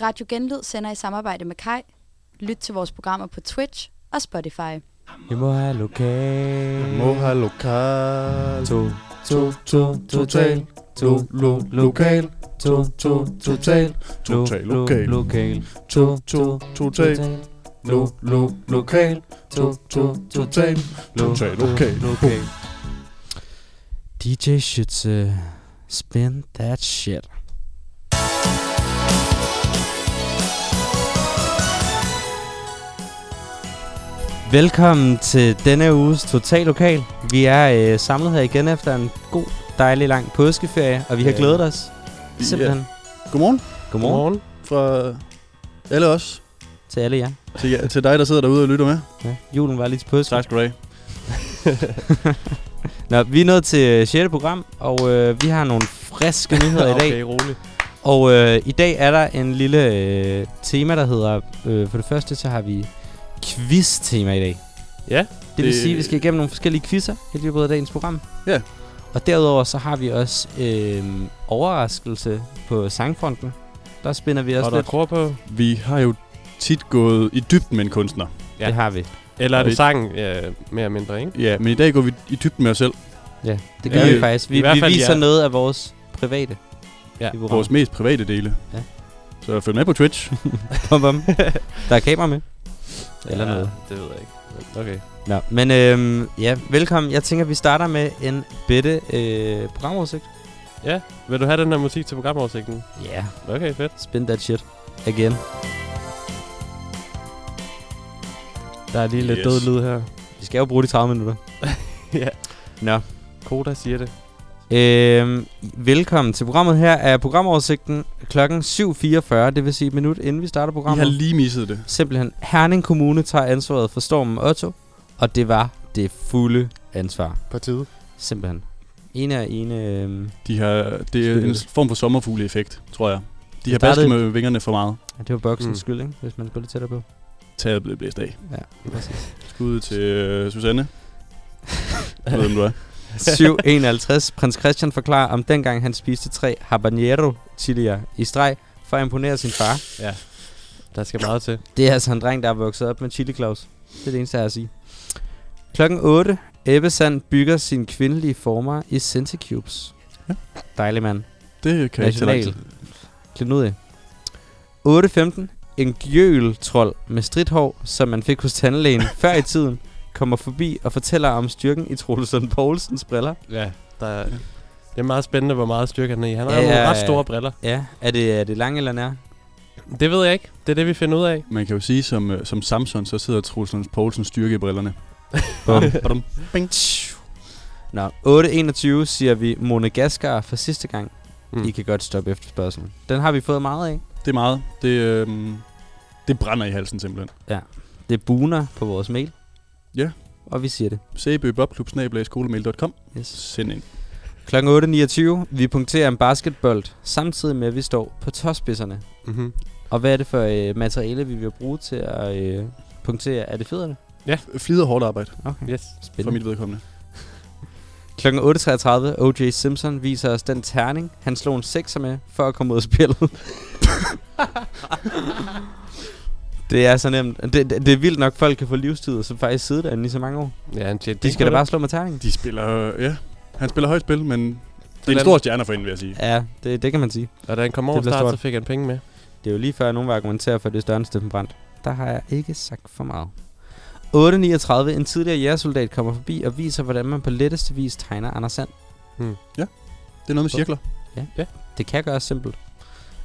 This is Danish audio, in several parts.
Radio Genlyd sender i samarbejde med Kai. Lyt til vores programmer på Twitch og Spotify. Vi må have lokal. Må have lokal. To, To, to, total. Lo, lo, lokal. To, to, total. Total lokal. lokal. To, to, total. Lo, lo, lokal. To, to, total. Total lokal. lokal. DJ Schütze, spin that shit. Velkommen til denne uges Total Lokal. Vi er øh, samlet her igen efter en god, dejlig lang påskeferie, og vi har Ja. glædet os. Ja. Simpelthen. Godmorgen. Godmorgen, Godmorgen. Fra alle os. til alle jer. Til, jer- til dig, der sidder derude og lytter med. Ja. Julen var lige til påske. skal du have. Nå, vi er nået til øh, 6. program, og øh, vi har nogle friske nyheder i dag. rolig. Og øh, i dag er der en lille øh, tema, der hedder... Øh, for det første, så har vi quiz-tema i dag. Ja, Det, vil det- sige, at vi skal igennem nogle forskellige quizzer i løbet af dagens program. Ja. Og derudover, så har vi også øh, overraskelse på sangfronten. Der spænder vi også Og der er lidt. krog på. Vi har jo tit gået i dybden med en kunstner. Ja. Det har vi. Eller er Og det det- sang, ja, mere eller mindre, ikke? Ja, men i dag går vi i dybden med os selv. Ja, det Ja, gør ja, vi vi- faktisk. i Vi, hvert vi fald, viser ja. noget af vores private. Ja, i programmet. Vores mest private dele. Ja. Så følg med på Twitch. Bum, bum. Der er kamera med. Eller ja, noget. Det ved jeg ikke. Men Okay. Nå, men øhm, ja, velkommen. Jeg tænker, vi starter med en bitte øh, programoversigt. Vil du have den her musik til programoversigten? Ja, yeah. Okay, fedt. spin that shit again. Der er lige lidt Yes. død lyd her. Vi skal jo bruge de 30 minutter. Ja. Nå. Koda siger det. Øhm, velkommen til programmet. Her er programoversigten klokken 7.44, det vil sige et minut inden vi starter Vi har programmet. lige misset det. Simpelthen, Herning Kommune tager ansvaret for stormen Otto, og det var det fulde ansvar. På tide. Simpelthen. En af ene... Øhm, De har, det er en form for sommerfugle-effekt, tror jeg. De har startede- basket med vingerne for meget. det var boksens mm. Mm. skyld, ikke? hvis man går lidt tættere på. Taget blev blæst af. Ja, præcis. Skud til øh, Susanne. Jeg ved, hvem du er. 751. Prins Christian forklarer om dengang han spiste tre habanero chilier i streg for at imponere sin far. Der skal meget til. Det er altså en dreng, der er vokset op med Chili Claus. Det er det eneste, jeg har at sige. Klokken 8. Ebbe Sand bygger sin kvindelige former i Centicubes. Ja. Dejlig mand. Det kan jeg ikke tage National. langt. Klip ud af. 8.15. En gjøl-trold med stridthår, som man fik hos tandlægen før i tiden, kommer forbi og fortæller om styrken i Troels Lund Poulsens briller. Ja, der er... Det er meget spændende, hvor meget styrke han er i. Han har Ja, ja, nogle ja, ret ja. store briller. Ja, er det, er det lang eller nær? Det ved jeg ikke. Det er det, vi finder ud af. Man kan jo sige, som, øh, som Samson, så sidder Troels Lund Poulsen styrke i brillerne. Bum. Badum. Bing. Nå, 8.21 siger vi Monegaskar for sidste gang. Mm. Mm. I kan godt stoppe efterspørgselen. Den har vi fået meget af. Det er meget. Det, øh, det brænder i halsen simpelthen. Det buner på vores mail. Ja. Og vi siger det. Sæbøbobklub.skolemail.com Yes. Send ind. Klokken 8.29. Vi punkterer en basketbold, samtidig med at vi står på tåspidserne. Mm-hmm. Og hvad er det for øh, materiale, vi vil bruge til at øh, punktere? Er det federne? Flider hårdt arbejde, Okay. Yes. for Spændende. mit vedkommende. Klokken 8.33, O.J. Simpson viser os den terning, han slog en sekser med, for at komme ud af spillet. det er så nemt. Det, det, det er vildt nok, folk kan få livstid, og så faktisk sidde derinde i så mange år. Ja, han tjente De penge skal på da bare slå med terningen. De spiller, øh, ja. Han spiller højt spil, men det er en Sådan. stor stjerne for hende, vil jeg sige. Ja, det, det kan man sige. Og da han kom Det over bliver start, stort. så fik han penge med. Det er jo lige før, at nogen vil argumentere for at det er større end Steffen Brandt. Der har jeg ikke sagt for meget. 8.39. En tidligere jægersoldat kommer forbi og viser, hvordan man på letteste vis tegner Anders Sand. Det er noget med cirkler. Det kan gøres simpelt.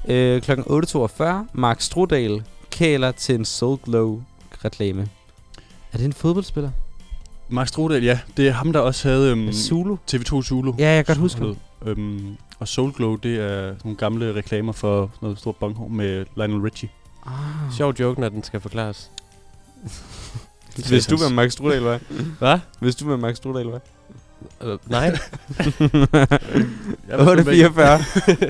Øh, klokken 8.42, Mark Strudal kæler til en Soul Glow reklame. Er det en fodboldspiller? Max Strudel, ja. Det er ham, der også havde øhm, Mm. Zulu? TV2 Zulu. Ja, jeg kan godt huske Soul det. Glow. Øhm, og Soul Glow, det er nogle gamle reklamer for noget stort bonghår med Lionel Richie. Ah. Sjov joke, når den skal forklares. Hvis du var Mark Strudal, var. Hvad? Hvis du var Mark Strudal, var. Øh, nej. 844.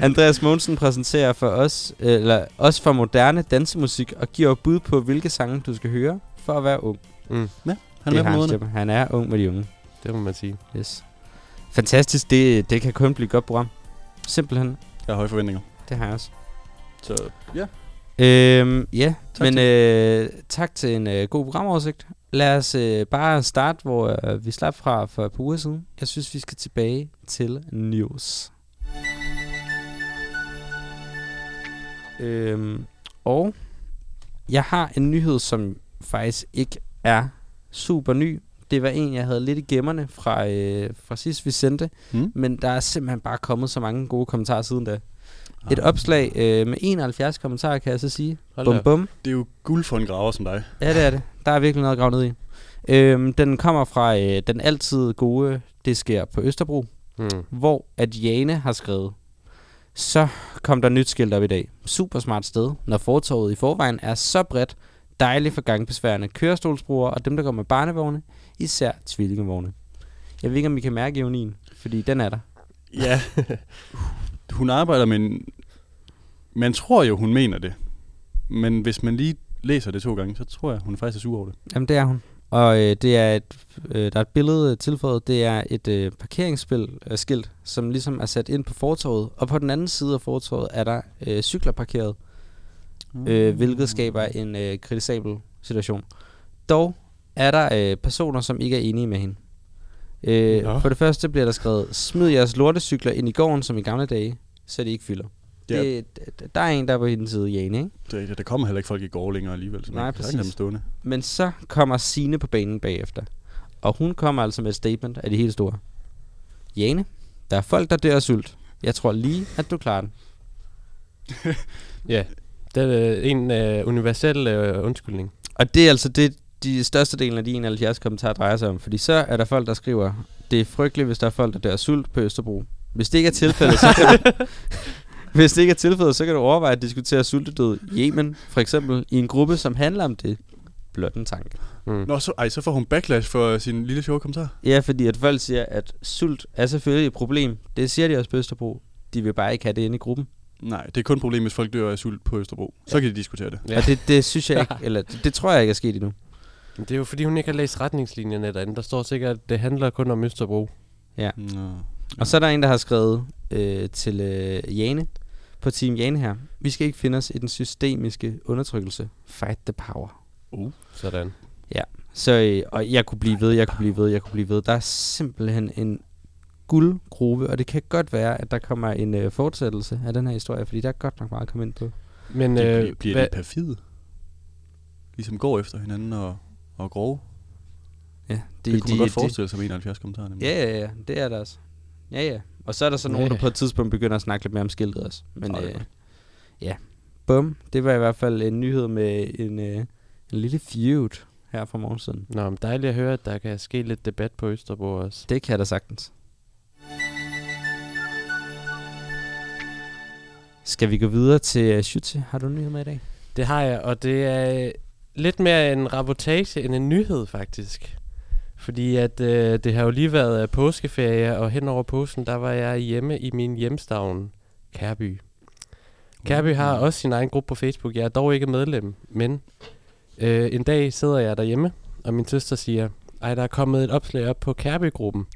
Andreas Mogensen præsenterer for os, øh, eller os for moderne dansemusik, og giver bud på, hvilke sange du skal høre for at være ung. Mm, Han Det er med har på måderne. Stephen. Han er ung med de unge. det må man sige. Yes. Fantastisk. Det, det kan kun blive et godt program. Simpelthen. Jeg har høje forventninger. Det har jeg også. Så ja, Øhm, ja, Tak tak men til- øh, tak til en øh, god programoversigt. Lad os øh, bare starte, hvor øh, vi slap fra for et par uger siden. Jeg synes, vi skal tilbage til news. Øhm, og jeg har en nyhed, som faktisk ikke er super ny. Det var en, jeg havde lidt i gemmerne fra, øh, fra sidst, vi sendte. Hmm? Men der er simpelthen bare kommet så mange gode kommentarer siden da. Et opslag øh, med 71 kommentarer, kan jeg så sige. Hold da Bum op. bum. Det er jo guld for en graver som dig. Ja, det er det. Der er virkelig noget at grave ned i. Øhm, den kommer fra øh, den altid gode, det sker på Østerbro, Mm. hvor at Jane har skrevet. Så kom der nyt skilt op i dag. Super smart sted, når fortovet i forvejen er så bredt, dejligt for gangbesværende kørestolsbrugere og dem, der går med barnevogne, især tvillingevogne. Jeg ved ikke, om I kan mærke ironien, fordi den er der. Ja. Hun arbejder med en... Man tror jo, hun mener det. Men hvis man lige læser det to gange, så tror jeg, hun faktisk er sur over det. Jamen, det er hun. Og øh, det er et, øh, der er et billede øh, tilføjet. Det er et øh, parkeringsskilt, øh, skilt, som ligesom er sat ind på fortovet. Og på den anden side af fortovet er der øh, cykler parkeret, øh, hvilket skaber en øh, kritisabel situation. Dog er der øh, personer, som ikke er enige med hende. Øh, Nå. for det første bliver der skrevet, smid jeres lortecykler ind i gården, som i gamle dage, så de ikke fylder. Ja. Det, d- der er en, der er på hendes side, Jane, ikke? Det er rigtigt. Der kommer heller ikke folk i går længere alligevel. Så man Nej, kan sagtens præcis. have dem stående. Men så kommer Sine på banen bagefter. Og hun kommer altså med et statement af de helt store. Jane, der er folk, der dør af sult. Jeg tror lige, at du klarer den. Ja, det er øh, en øh, universel øh, undskyldning. Og det er altså det, de største delen af de 71 kommentarer drejer sig om. Fordi så er der folk, der skriver, det er frygteligt, hvis der er folk, der dør af sult på Østerbro. Hvis det ikke er tilfældet, så kan du, hvis det ikke er tilfældet, så kan du overveje at diskutere sultedød i Yemen, for eksempel, i en gruppe, som handler om det. Blot en tanke. Mm. Nå, så, ej, så får hun backlash for øh, sin lille sjove kommentar. Ja, fordi at folk siger, at sult er selvfølgelig et problem. Det siger de også på Østerbro. De vil bare ikke have det inde i gruppen. Nej, det er kun et problem, hvis folk dør af sult på Østerbro. Så kan de diskutere det. Ja. Ja. Og det, det synes jeg ikke, eller det, det tror jeg ikke er sket endnu. Men Det er jo fordi, hun ikke har læst retningslinjerne derinde. Der står sikkert, at det handler kun om Østerbro. Nå. Og så er der en, der har skrevet øh, til øh, Jane, på Team Jane her. Vi skal ikke finde os i den systemiske undertrykkelse. Fight the power. Sådan. Så, øh, og jeg kunne blive ved, jeg kunne blive ved, jeg kunne blive ved. Der er simpelthen en guldgruppe, og det kan godt være, at der kommer en øh, fortsættelse af den her historie, fordi der er godt nok meget at komme ind på. Men De øh, bliver, bliver hvad, de perfide? Ligesom går efter hinanden og, og grove? Ja, Det, det kunne man godt forestille sig med 71 kommentarer. nemlig. Ja, ja, ja. Det er der også. Ja, ja. Og så er der så nogen, Ja. der på et tidspunkt begynder at snakke lidt mere om skiltet også. Men Nå, det er øh, godt. ja. Bum. Det var i hvert fald en nyhed med en, øh, en lille feud her fra morgensiden. Nå, men dejligt at høre, at der kan ske lidt debat på Østerbro også. Det kan der sagtens. Skal vi gå videre til øh, Schütze? Har du en nyhed med i dag? Det har jeg, og det er øh, lidt mere en rapportage end en nyhed faktisk. Fordi at øh, det har jo lige været øh, påskeferie, og hen over påsken, der var jeg hjemme i min hjemstavn, Kærby. Kærby har også sin egen gruppe på Facebook. Jeg er dog ikke medlem, men øh, en dag sidder jeg derhjemme, og min søster siger, ej, der er kommet et opslag op på Kærby-gruppen.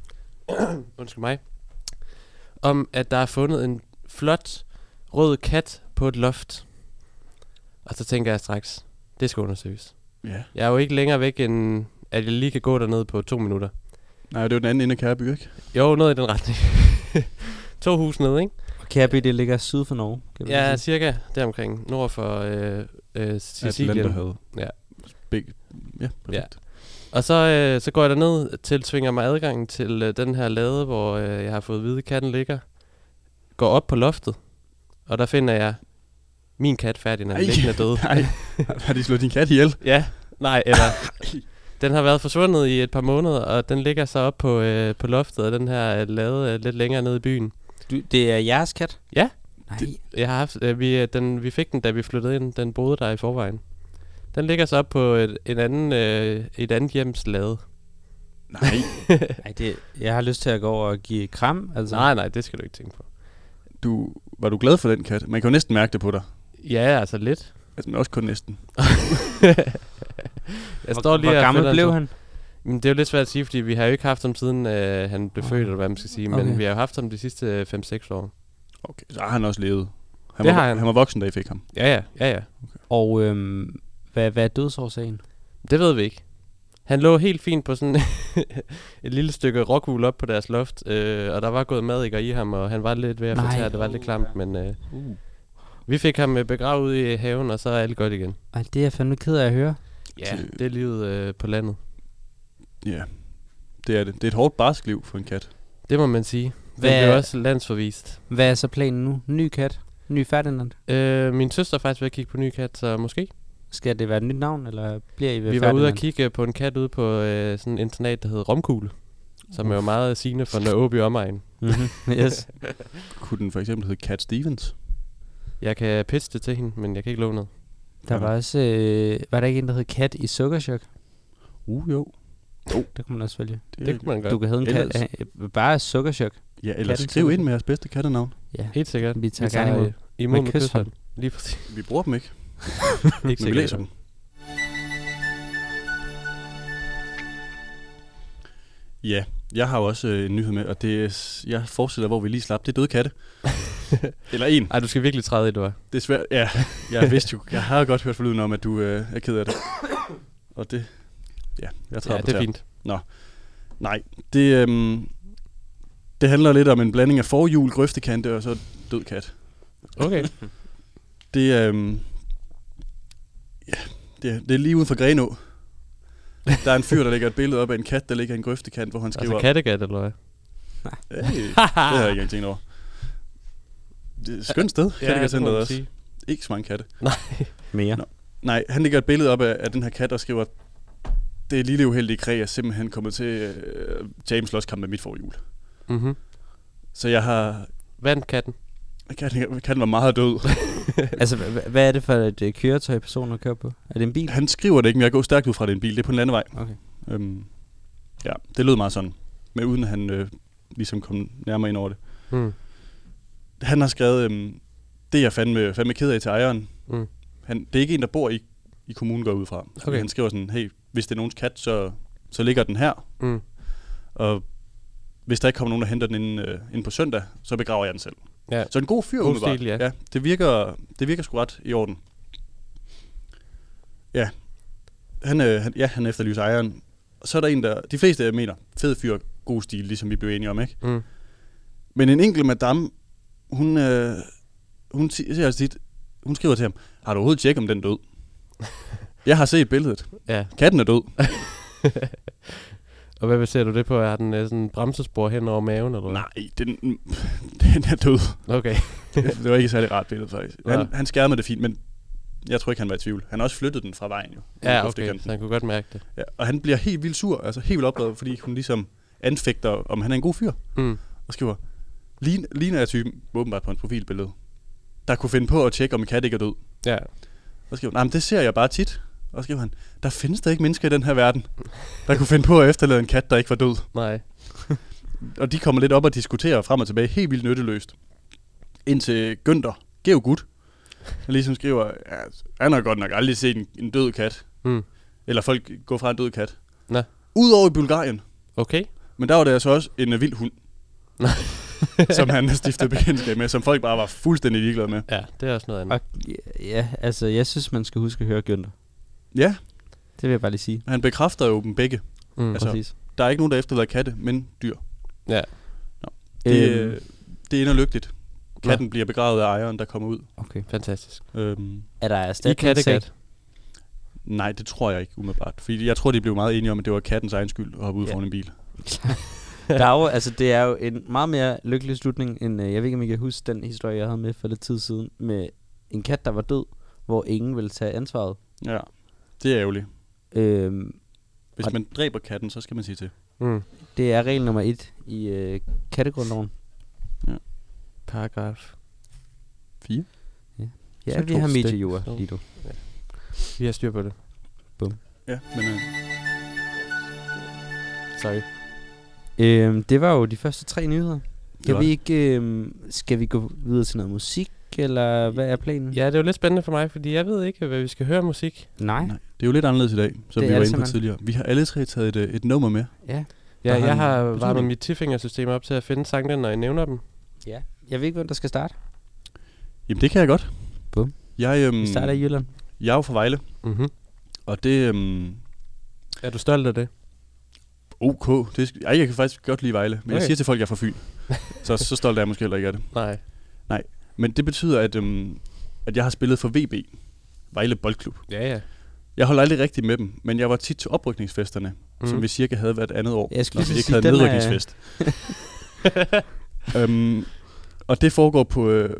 Undskyld mig. Om, at der er fundet en flot rød kat på et loft. Og så tænker jeg straks, det skal undersøges. ja. Jeg er jo ikke længere væk, end at jeg lige kan gå derned på to minutter. Nej, det var den anden ende af Kærby, ikke? Jo, noget i den retning. to hus ned, ikke? Og Kærby, det ligger syd for Norge. Kan Ja, cirka deromkring, nord for øh, øh, Sicilien. Atlanterhavet. Ja. Big. Ja, perfekt. Og så, øh, så går jeg derned, tilsvinger mig adgangen til øh, den her lade, hvor øh, jeg har fået at vide, at katten ligger. Går op på loftet, og der finder jeg min kat Ferdinand Ej. liggende død. Nej, har de slået din kat ihjel? Ja, nej, eller... Den har været forsvundet i et par måneder, og den ligger så op på, øh, på loftet, og den her øh, lade øh, lidt længere nede i byen. Du, det er jeres kat? Ja. Nej. Jeg har haft, øh, vi, øh, den, vi fik den, da vi flyttede ind. Den boede der i forvejen. Den ligger så op på et, en anden, øh, et andet hjems lade. Nej, Nej, det, jeg har lyst til at gå over og give kram. Altså. Nej, nej, det skal du ikke tænke på. du, var du glad for den kat? Man kan jo næsten mærke det på dig. Ja, altså lidt. Altså, men også kun næsten. Jeg Hvor- står lige Hvor og gammel føler den blev så- han? Men det er jo lidt svært at sige, fordi vi har jo ikke haft ham siden øh, han blev født, eller hvad man skal sige. Men Okay. vi har jo haft ham de sidste øh, 5-6 år. Okay, så har han også levet. Han Det var, har han. han var voksen, da I fik ham. Ja, ja, ja, ja. Okay. Og øhm, hvad, hvad er dødsårsagen? Det ved vi ikke. Han lå helt fint på sådan et lille stykke rockwool op på deres loft, øh, og der var gået madikker i ham, og han var lidt ved at Nej. fortære, at det var lidt klamt, men øh, Uh. vi fik ham øh, begravet ude i haven, og så er alt godt igen. Ej, det er jeg fandme ked af at høre. Ja, det er livet øh, på landet. Ja, det er det. Det er et hårdt barsk liv for en kat. Det må man sige. Hvad Hvad- er også landsforvist? Hvad er så planen nu? Ny kat? Ny Ferdinand? Øh, min søster er faktisk ved at kigge på en ny kat, så måske. Skal det være et nyt navn, eller bliver I ved Vi var Ferdinand? ude og kigge på en kat ude på øh, sådan en internat, der hedder Romkugle, som er jo meget sigende for Nørre omegn. Mhm, yes. Kunne den for eksempel hedde Cat Stevens? Jeg kan pitche det til hende, men jeg kan ikke love noget. Der var også... Øh, var der ikke en, der hed Kat i Sukkerchok? Uh, jo. Det kunne man også vælge. Det, Det kunne man Du godt. kan hedde en kat... Ellers- øh, bare Sukkerchok. Ja, eller Katten skriv til- ind med jeres bedste kattenavn. Ja. Helt sikkert. Vi tager gerne imod. imod Med med kyshånd. kyshånd. Lige præcis. Vi bruger dem ikke, ikke men vi læser dem. Ja, jeg har jo også øh, en nyhed med, og det er, s- jeg fortsætter, hvor vi lige slap. Det er døde katte. eller en. Ej, du skal virkelig træde i det, var. Det er svært. Ja, jeg vidste jo. Jeg har jo godt hørt forlyden om, at du øh, er ked af det. Og det... Ja, jeg træder Ja, på det er tæer. fint. Nej, det, øhm, det handler lidt om en blanding af forhjul, grøftekante og så død kat. Okay. Det, øhm, ja, det, det er lige uden for Grenå. Der er en fyr, der lægger et billede op af en kat, der ligger i en grøftekant, hvor han skriver... altså kattegat, eller hvad? Hey, det har jeg ikke engang tænkt over. Det er et skønt sted, ja, det må kattegatcenteret man også. sige. Ikke så mange katte. Mere. Nå. Nej, han lægger et billede op af, af den her kat og skriver, det lille uheldige kræ er simpelthen kommet til øh, James Losskamp med mit forhjul. Mhm. Så jeg har, Vandt katten. Katten, katten var meget død. Altså, hva- hva- hvad er det for et øh, køretøj, personen kører på? Er det en bil? Han skriver det ikke, men jeg går stærkt ud fra, at det er en bil. Det er på en landevej. Okay. Øhm, ja, det lød meget sådan. Men uden at han øh, ligesom kom nærmere ind over det. Mm. Han har skrevet, øhm, det er jeg fandme, fandme ked af til ejeren. Mm. Han, det er ikke en, der bor i, i kommunen, går jeg ud fra. Okay. Okay. Han skriver sådan, hey, hvis det er nogens kat, så, så ligger den her. Mm. Og hvis der ikke kommer nogen, der henter den inden, øh, inden på søndag, så begraver jeg den selv. Ja. Så en god fyr, God umiddelbart. stil, ja. ja det, virker, det virker sgu ret i orden. Ja. Han, øh, han, ja, han efterlyser ejeren. Og så er der en, der... De fleste, jeg mener, fed fyr, god stil, ligesom vi blev enige om, ikke? Mm. Men en enkelt madame, hun, øh, hun, si- siger altså tit, hun skriver til ham, har du overhovedet tjekket, om den er død? jeg har set billedet. Ja. Katten er død. Og hvad ser du det på? Er den øh, sådan en bremsespor hen over maven, eller hvad? Nej, den, den er død. Okay. det det var ikke et særlig rart billede, faktisk. Han, Ja. han skærmede det fint, men jeg tror ikke, han var i tvivl. Han har også flyttet den fra vejen, jo. Ja, Ud i okay. grøftekanten. Så han kunne godt mærke det. Ja, og han bliver helt vildt sur, altså helt vildt oprevet, fordi hun ligesom anfægter, om han er en god fyr, Mm. og skriver, "Lign- ligner jeg typen, åbenbart på hans profilbillede, der kunne finde på at tjekke, om en kat ikke er død. Ja. Og skriver, nej, men det ser jeg bare tit. Og skriver han, der findes der ikke mennesker i den her verden, der kunne finde på at efterlade en kat, der ikke var død. Nej. Og de kommer lidt op og diskuterer frem og tilbage, helt vildt nytteløst. Indtil Günther, Georg Gut, der ligesom skriver, ja, han har godt nok aldrig set en, en død kat. Mm. Eller folk gå fra en død kat. Nå. Udover i Bulgarien. Okay. Men der var det altså også en øh, vild hund. som han stiftede bekendtskab med, som folk bare var fuldstændig ligeglade med. Ja, det er også noget andet. Og, ja, altså, jeg synes, man skal huske at høre Günther. Ja, Det vil jeg bare lige sige. han bekræfter jo dem begge. Mm. altså, Præcis. Der er ikke nogen, der efterlader katte, men dyr. Det, Øhm, øh, det ender lykkeligt. Katten bliver begravet af ejeren, der kommer ud. okay. Fantastisk. Øhm, Er der I erstatningssag? kattegat. nej, det tror jeg ikke umiddelbart. Fordi jeg tror, de blev meget enige om, at det var kattens egen skyld at hoppe ud Ja. ja. foran en bil. Der er jo, altså, det er jo en meget mere lykkelig slutning, end øh, jeg ved ikke, om I kan huske den historie, jeg havde med for lidt tid siden, med en kat, der var død, hvor ingen ville tage ansvaret. Ja, det er ærgerligt. Øhm, Hvis Og- man dræber katten, så skal man sige til. Mm. det er regel nummer et i øh, kattegrundloven. Paragraf. Fire? Ja, Så vi to har stik. mediejura lige nu. Vi har styr på det. Ja, men øh, Sorry. Øhm, det var jo de første tre nyheder. det Kan var vi det. ikke, øhm, skal vi gå videre til noget musik, eller hvad er planen? Ja, det er jo lidt spændende for mig, fordi jeg ved ikke, hvad vi skal høre musik. Nej. Nej, det er jo lidt anderledes i dag, som Det vi er var det inde på simpelthen. tidligere. Vi har alle tre taget et, øh, et nummer med. Ja. Ja, Der har jeg en har betydning. varmet mit tifingersystem op til at finde sangene, når I nævner dem. ja. Jeg ved ikke, hvem der skal starte. Jamen, det kan jeg godt. Bum. Jeg, øhm, Mm. Vi starter i Jylland. Jeg er jo fra Vejle, Mm-hmm. og det... Øhm, Er du stolt af det? OK. Det, sk- ej, jeg kan faktisk godt lide Vejle, men okay. jeg Okay. siger til folk, at jeg er fra Fyn. så, så stolt er jeg måske heller ikke af det. Nej. Men det betyder, at, øhm, at jeg har spillet for VB, Vejle Boldklub. Ja, ja. Jeg holder aldrig rigtig med dem, men jeg var tit til oprykningsfesterne, mm. som Mhm. vi cirka havde hvert andet år, Jeg skulle når lige vi ikke sige, havde en den er- nedrykningsfest. øhm, og det foregår på, øh,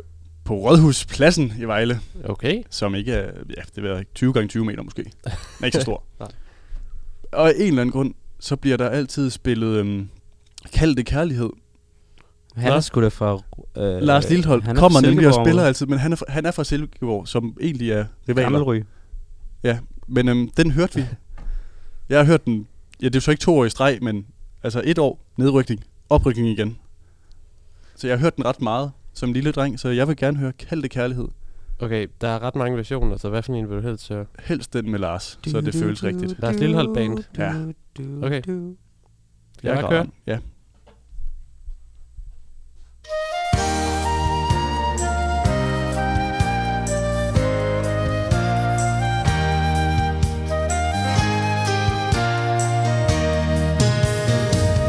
på Rådhuspladsen i Vejle, Okay. som ikke er, ja, det ved jeg ikke, 20 gange 20 meter måske. Den er ikke så stor. Nej. og af en eller anden grund, så bliver der altid spillet, øhm, kald det kærlighed. Han er Nå. sgu da fra... Øh, Øh, Lars Lillehold han er kommer fra nemlig og Silkeborg. spiller altid, men han er, fra, han er fra Silkeborg, som egentlig er rivaler. Gammelry. Men øhm, den hørte vi. Jeg har hørt den, ja det er jo så ikke to år i streg, men altså et år, nedrykning, oprykning igen. Så jeg har hørt den ret meget som lille dreng, så jeg vil gerne høre Kald det kærlighed. Okay, der er ret mange versioner, så hvad for en vil du helst høre? Helst den med Lars, så det føles rigtigt. Lars Lilholt Band. Ja. Okay. Skal jeg bare græder. køre? Ja.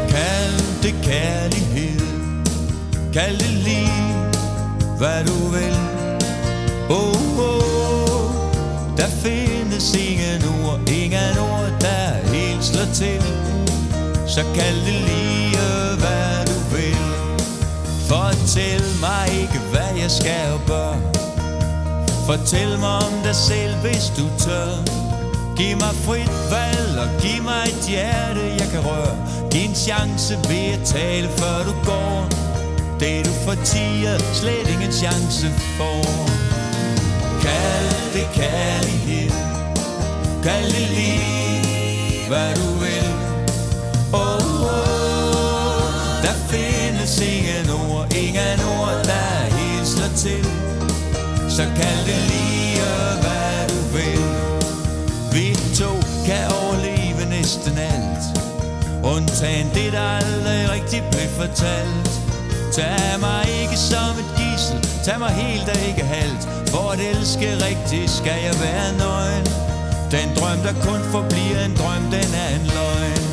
Kald det kærlighed Kald det lige Hvad du vil oh, oh. Der findes ingen ord Ingen ord der helt slår til Så kald det lige Hvad du vil Fortæl mig ikke Hvad jeg skal og bør Fortæl mig om dig selv Hvis du tør Giv mig frit valg og giv mig et hjerte, jeg kan røre. Giv en chance ved at tale, før du går. Det du fortiger, slet ingen chance for. Kald det kærlighed. Kald det lige, hvad du vil. Oh, oh. Der findes ingen ord, ingen ord, der helt slår til. Så kald det lige, hvad du vil. Vi to kan overleve næsten alt Undtagen det, der aldrig rigtig blev fortalt Tag mig ikke som et gissel Tag mig helt og ikke halvt For at elske rigtigt skal jeg være nøgen Den drøm, der kun forbliver en drøm, den er en løgn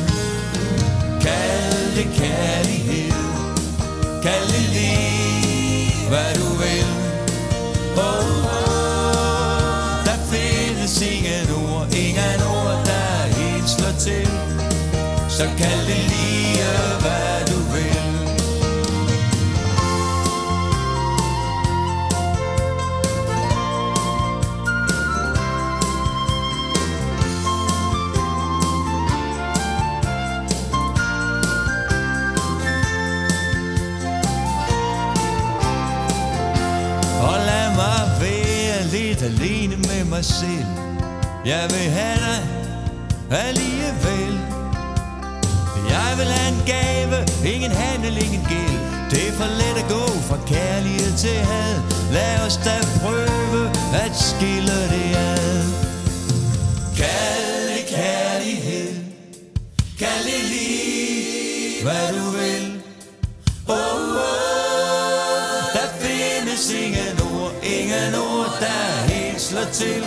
Kald det kærlighed Kald det lige, hvad du vil Oh, oh, der findes ingen ord, ingen ord, der helt slår til. Så kald det lige, øh, hvad du vil. Og lad mig være lidt alene med mig selv Jeg vil have dig alligevel Jeg vil have en gave, ingen handel, ingen gæld Det er for let at gå fra kærlighed til had Lad os da prøve at skille det ad Kald det kærlighed Kald det lige, hvad du vil Der findes ingen ord, ingen ord, der helt slår til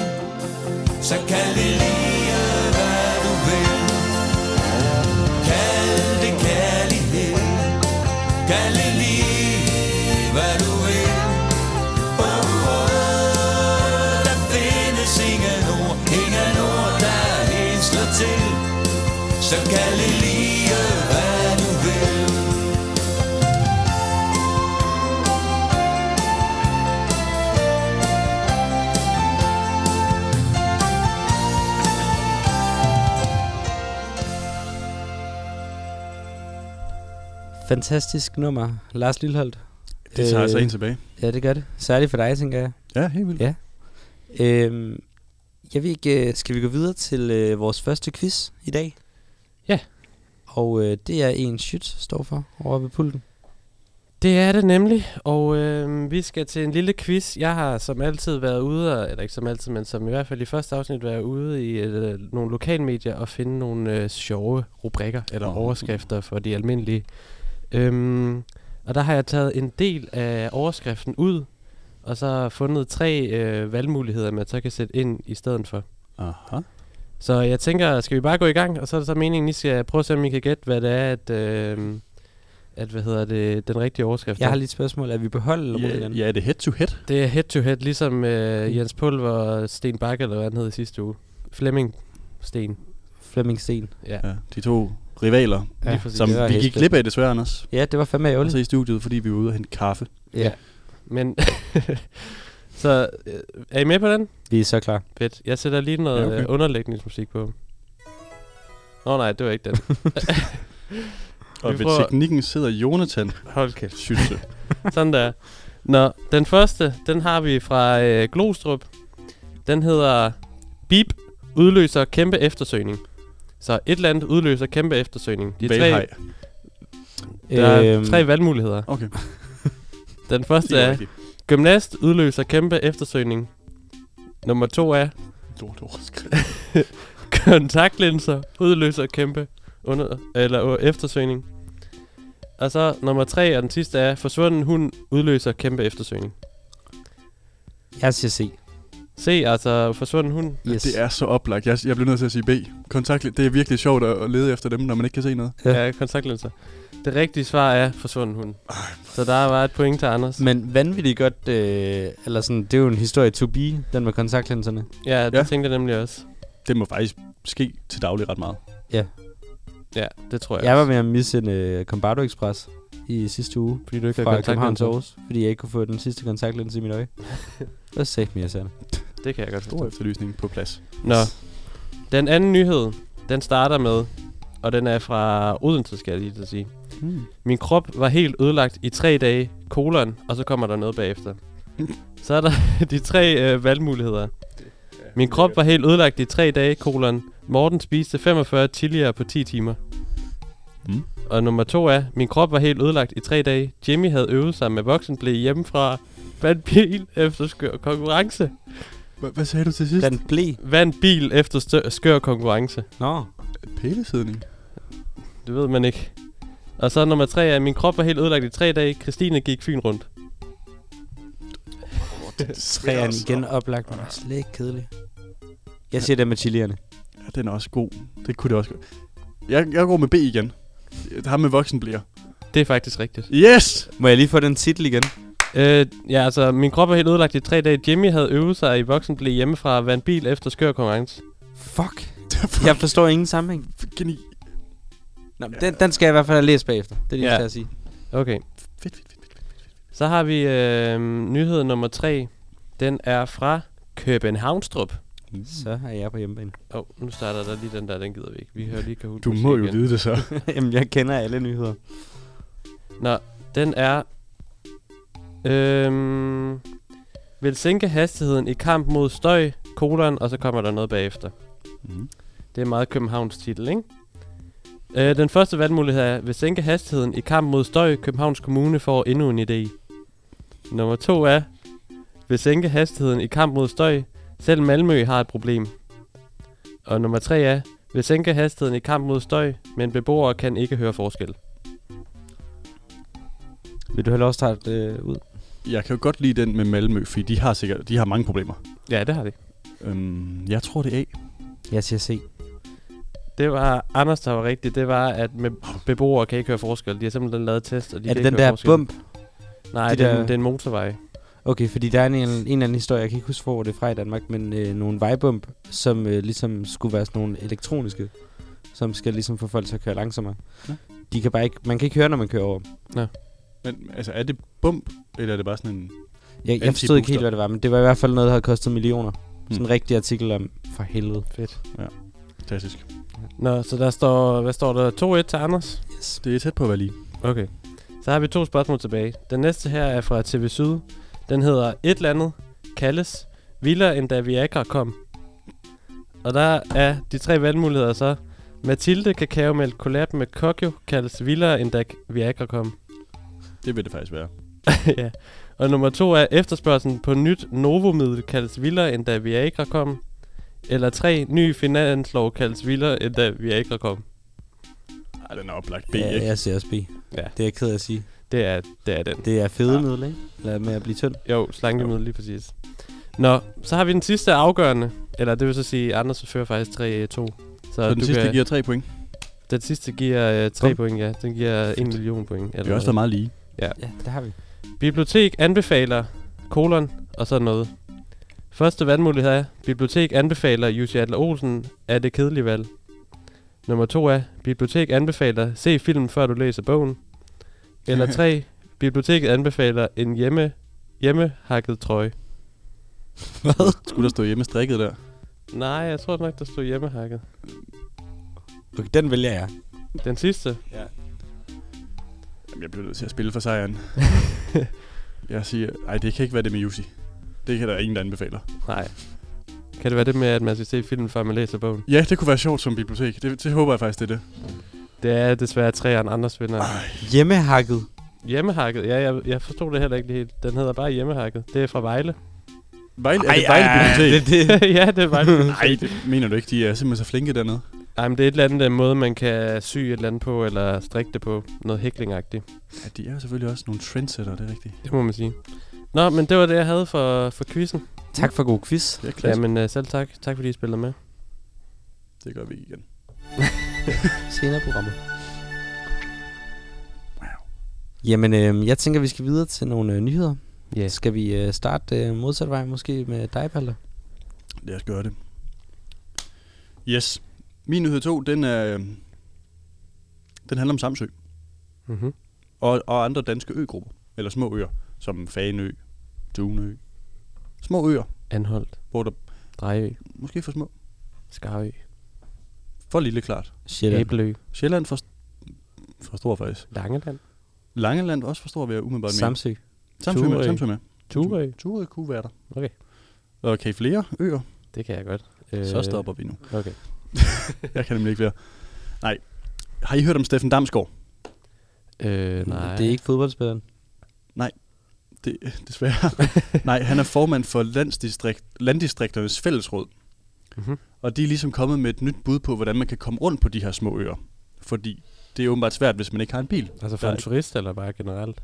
Så kald det lige, hvad du vil Kald det kærlighed Kald det lige, hvad du vil oh, oh. Der findes ingen ord, ingen ord, der helt slår til Så kald det lige, hvad du vil Fantastisk nummer. Lars Lilholt. Det tager Øh, altså en tilbage. Ja, det gør det. Særligt for dig, tænker jeg. Ja, helt vildt. Ja. Øhm, jeg ved ikke, øh, skal vi gå videre til øh, vores første quiz i dag? Ja. Og øh, det er en shit, står for, over ved pulten. Det er det nemlig, og øh, vi skal til en lille quiz. Jeg har som altid været ude, og- eller ikke som altid, men som i hvert fald i første afsnit, været ude i øh, nogle lokalmedier og finde nogle øh, sjove rubrikker eller Åh. overskrifter for de almindelige. Øhm, og der har jeg taget en del af overskriften ud, og så fundet tre øh, valgmuligheder, man så kan sætte ind i stedet for. Aha. Så jeg tænker, skal vi bare gå i gang? Og så er det så meningen, I skal prøve at se, om I kan gætte, hvad det er, at, øh, at hvad hedder det, den rigtige overskrift Jeg er. har lige et spørgsmål. Er vi på hold eller mod Ja, hinanden? ja, er det head to head? Det er head-to-head, ligesom øh, Jens Pulver og Sten Bakke, eller hvad han hed i sidste uge. Flemming Sten. Flemming Sten. Ja, Ja, de to rivaler, lige præcis. som det var vi gik hæsblæsende. glip af desværre, Anders. Ja, det var fandme ærgerligt. Altså i studiet, fordi vi var ude og hente kaffe. Ja. Men, så øh, er I med på den? Vi er så klar. Fedt. Jeg sætter lige noget Ja, ja, okay. okay. underlægningsmusik på. Nå nej, det var ikke den. Og Vi ved prøver- teknikken sidder Jonathan Hold kæft. Schütze. Sådan der. Nå, den første, den har vi fra øh, Glostrup. Den hedder Bip udløser kæmpe eftersøgning. Så et eller andet udløser kæmpe eftersøgning. De tre, Valhej. der er Øhm, tre valgmuligheder. Okay, Den første det er er, rigtigt. gymnast udløser kæmpe eftersøgning. Nummer to er, Lort overskrift. kontaktlinser udløser kæmpe under, eller øh, eftersøgning. Og så nummer tre og den sidste er, forsvunden hund udløser kæmpe eftersøgning. Jeg siger C. Se, altså forsvunden hund. Yes. Det er så oplagt. Jeg, jeg bliver nødt til at sige B. Kontakt, det er virkelig sjovt at, at lede efter dem, når man ikke kan se noget. Ja. Ja. ja, kontaktlinser. Det rigtige svar er forsvunden hund. Så der var et point til Anders. Men vanvittigt godt, øh, eller sådan, det er jo en historie to be, den med kontaktlinserne. Ja, det Ja. ja. tænkte jeg nemlig også. Det må faktisk ske til daglig ret meget. Ja, det tror jeg, Jeg var også. ved at misse en øh, Combardo Express i sidste uge Fordi du ikke har fra København til kontaktlinser. Aarhus, fordi jeg ikke kunne få den sidste kontaktlinse i mit øje. Det var sæt mere sådan. Det kan jeg godt forstå. Stor efterlysning på plads. Nå, den anden nyhed, den starter med, og den er fra Odense, skal jeg lige til at sige. Hmm. Min krop var helt ødelagt i tre dage, kolon, og så kommer der noget bagefter. Så er der de tre øh, valgmuligheder. Min krop var helt ødelagt i tre dage, kolon. Morten spiste 45 chilier på 10 timer. Mm. Og nummer to er, min krop var helt ødelagt i tre dage. Jimmy havde øvet sig med voksenblæ hjemmefra. Vandt bil efter skør konkurrence. Hva- Hvad sagde du til sidst? Den. Den blev. Vandt bil efter stø- skør konkurrence. Nå. Pælesidning. Det ved man ikke. Og så nummer tre er, min krop var helt ødelagt i tre dage. Christine gik Fyn rundt. Træerne igen oplagt, men er slet ikke kedelig. Jeg siger det med chilierne. Ja, den er også god. Det kunne det også godt. Jeg, jeg går med B igen. Ham med voksen bliver. Det er faktisk rigtigt. Yes! Må jeg lige få den titel igen? Øh, ja, altså, min krop var helt ødelagt i tre dage. Jimmy havde øvet sig i voksenblæ hjemmefra og vandt bil efter skør konkurrence. Fuck. Jeg forstår ingen sammenhæng. Geni. Nå, men den, den skal jeg i hvert fald have læst bagefter. Det er det, Ja. jeg skal sige. Okay. Fedt, fedt, fedt. fedt. Så har vi øh, nyhed nummer tre. Den er fra Københavnstrup. Mm. Så er jeg på hjemmebane. Åh, oh, nu starter der lige den der, den gider vi ikke. Vi hører lige Kahoot. Du musik må jo igen. vide det så. Jamen, jeg kender alle nyheder. Nå, den er... Øhm, vil sænke hastigheden i kamp mod støj, kolon, og så kommer der noget bagefter. Mhm. Mm. Det er meget Københavns titel, ikke? Øh, den første valgmulighed er, vil sænke hastigheden i kamp mod støj, Københavns Kommune får endnu en idé. Nummer to er, vil sænke hastigheden i kamp mod støj, selv Malmø har et problem. Og nummer tre er, vil sænke hastigheden i kamp mod støj, men beboere kan ikke høre forskel. Vil du have lov at starte øh, ud? Jeg kan jo godt lide den med Malmø, fordi de har sikkert de har mange problemer. Ja, det har de. Øhm, jeg tror, det er A. Jeg siger C. Det var Anders, der var rigtigt. Det var, at med beboere kan ikke høre forskel. De har simpelthen lavet test, og de er kan det ikke den høre der forskel. bump? Nej, de det, er, der- en, det er en motorvej. Okay, fordi der er en, en eller anden historie, jeg kan ikke huske, hvor det er fra i Danmark, men øh, nogle vejbump, som øh, ligesom skulle være sådan nogle elektroniske, som skal ligesom få folk til at køre langsommere. Nå. De kan bare ikke, man kan ikke høre, når man kører over dem. Men altså, er det bump, eller er det bare sådan en... Jeg, jeg forstod ikke Anti-booster. helt, hvad det var, men det var i hvert fald noget, der havde kostet millioner. Hmm. Sådan Hmm. en rigtig artikel om, for helvede. Fedt. Klassisk. Nå, så der står, hvad står der? 2-1 til Anders. Yes. Det er tæt på at være lige. Okay. Så har vi to spørgsmål tilbage. Den næste her er fra TV Syd. Den hedder Et eller andet kaldes vildere end da Viagra kom. Og der er de tre valgmuligheder så. Mathilde kakaomælk collab med Kokyo kaldes vildere end da Viagra kom. Det vil det faktisk være. ja. Og nummer to er efterspørgselen på nyt Novomiddel kaldes vildere end da Viagra kom. Eller tre, ny finanslov kaldes vildere end da Viagra kom. Ej, den er oplagt B, ja, ikke? jeg siger også B. Ja. Det er jeg ked af at sige. Det er, det er den. Det er fedemiddel, ikke? Eller med at blive tynd. Jo, slankemiddel lige præcis. Nå, så har vi den sidste afgørende. Eller det vil så sige, at Anders fører faktisk 3-2. Så, Så den sidste giver 3 point. den sidste giver øh, 3 Bum. point, ja. Den giver 1 million point. Det har også været meget lige. Ja, det har vi. Bibliotek anbefaler, kolon, og sådan noget. Første valgmulighed er, bibliotek anbefaler Jussi Adler Olsen af det kedelige valg. Nummer to er, bibliotek anbefaler, se filmen før du læser bogen. Eller tre, biblioteket anbefaler en hjemme, hjemmehakket trøje. Skulle der stå hjemme strikket der? Nej, jeg tror nok, der stod hjemmehakket. Okay, den vælger jeg. Den sidste, Jamen, jeg bliver nødt til at spille for sejren. jeg siger, nej, det kan ikke være det med Jussi. Det kan der ingen, der anbefaler. nej. Kan det være det med, at man skal se filmen før man læser bogen? Ja, det kunne være sjovt som bibliotek. Det, det håber jeg faktisk, det er det. Det er desværre træeren Anders vinder. Hjemmehakket. Hjemmehakket, ja, jeg, jeg forstod det heller ikke lige helt. Den hedder bare hjemmehakket. Det er fra Vejle. Vejle, er det Vejle Bibliotek? det, det. ja, det er Vejle. Nej, det mener du ikke. De er simpelthen så flinke dernede. Ej, men det er et eller andet øh, måde, man kan sy et eller andet på, eller strikke det på. Noget hæklingagtigt. Ja, de er jo selvfølgelig også nogle trendsetter, det er rigtigt. Det må man sige. Nå, men det var det, jeg havde for, for quizzen. Tak for god quiz. Det er klasse. Jamen. Jamen, øh, selv tak. Tak, fordi I spillede med. Det gør vi ikke igen. senere i programmet. Jamen, øh, jeg tænker, vi skal videre til nogle øh, nyheder. Ja. Skal vi øh, starte øh, modsat vej, måske med dig, Palle? Lad os gøre det. Yes. Min nyhed 2, den er... øhm, Den handler om Samsø. Mm-hmm. Og, og andre danske øgrupper. Eller små øer. Som Faneø, Dunø. Små øer, Anholdt. hvor der Drejø. måske for små. Skarø. For lille klart. Shit. Yep. Æblø. Sjælland for, for stor faktisk. Langeland. Langeland også for stor, vil jeg umiddelbart mene. Samsø. Samsø med. Thurø. Samsø med. Turø. Thurø kunne være der. Okay. Og kan I flere øer? Det kan jeg godt. Øh. Så stopper vi nu. Okay. Jeg kan nemlig ikke flere. Nej. Har I hørt om Steffen Damsgaard? Øh, nej. Det er ikke fodboldspilleren. Det, desværre. Nej, han er formand for Landdistrikt, Landdistrikternes Fællesråd. Mhm. Mm-hmm. Og de er ligesom kommet med et nyt bud på, hvordan man kan komme rundt på de her små øer. Fordi det er åbenbart svært, hvis man ikke har en bil. Altså for Der er en ikke- turist, eller bare generelt?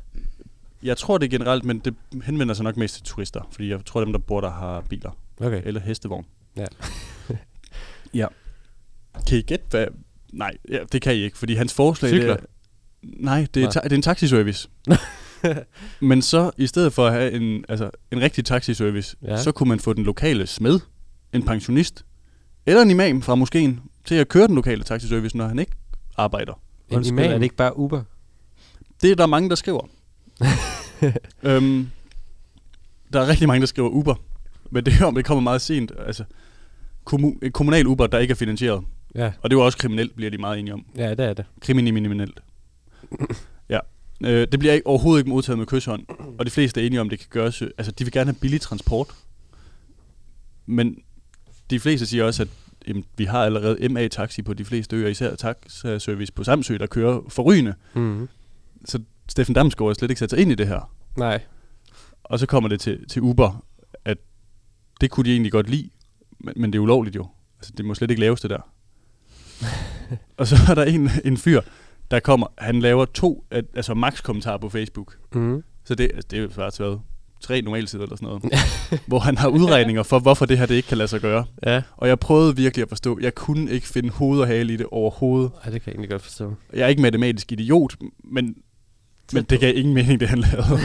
Jeg tror det er generelt, men det henvender sig nok mest til turister. Fordi jeg tror, dem, der bor der, har biler. Okay. øh, Eller hestevogn. Ja. ja. Kan I gætte, hvad... Nej, ja, det kan I ikke, fordi hans forslag... Cykler? Det er, nej, det er, Nej. ta- det er en taxiservice. Men så, i stedet for at have en, altså, en rigtig taxiservice, Ja. ja. så kunne man få den lokale smed, en pensionist, eller en imam fra moskeen, til at køre den lokale taxiservice, når han ikke arbejder. En Undskyld, er imam. det ikke bare Uber? Det er der mange, der skriver. øhm, der er rigtig mange, der skriver Uber. Men det, om det kommer meget sent. Altså, kommu- en kommunal Uber, der ikke er finansieret. Ja. Og det er jo også kriminelt, bliver de meget enige om. Ja, det er det. Kriminelt. ja. Øh, det bliver ikke, overhovedet ikke modtaget med kysshånd. Og de fleste er enige om, at det kan gøres... øh, Altså, de vil gerne have billig transport. Men de fleste siger også, at jamen, vi har allerede MA-taxi på de fleste øer, især taxaservice på Samsø, der kører forrygende. Mm-hmm. Så Steffen Damsgaard har slet ikke sat sig ind i det her. Nej. Og så kommer det til, til Uber, at det kunne de egentlig godt lide, men, men det er ulovligt jo. Altså, det må slet ikke laves det der. og så er der en, en fyr, der kommer, han laver to, at, altså max kommentarer på Facebook. Mm-hmm. Så det, altså, det er jo svært til hvad? tre normalsider eller sådan noget, hvor han har udregninger for, hvorfor det her det ikke kan lade sig gøre. Ja. Og jeg prøvede virkelig at forstå, jeg kunne ikke finde hoved og hale i det overhovedet. Ej, det kan jeg egentlig godt forstå. Jeg er ikke matematisk idiot, men, men det gav ingen mening, det han lavede.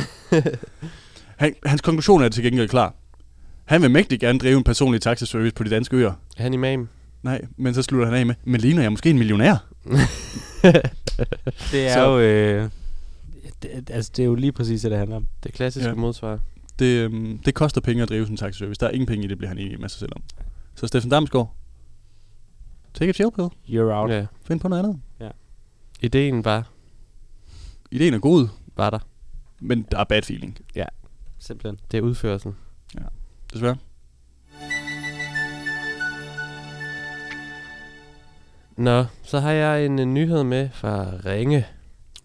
han, hans konklusion er til gengæld klar. Han vil mægtig gerne drive en personlig taxaservice på de danske øer. Er han imam? Nej, men så slutter han af med, men ligner jeg måske en millionær? Det er Så- jo... Øh, det, altså, det er jo lige præcis det, det handler om. Det klassiske ja. Ja. modsvar. Det, øhm, det koster penge at drive sådan en taxaservice. Der er ingen penge i det, bliver han enig med sig selv om. Så Steffen Damsgaard, take a chill pill. You're out. Ja. Find på noget andet. Ideen var, Ideen er god, var der. men der er bad feeling, Simpelthen. Det er udførelsen. desværre. Nå, så har jeg en, en nyhed med fra Ringe.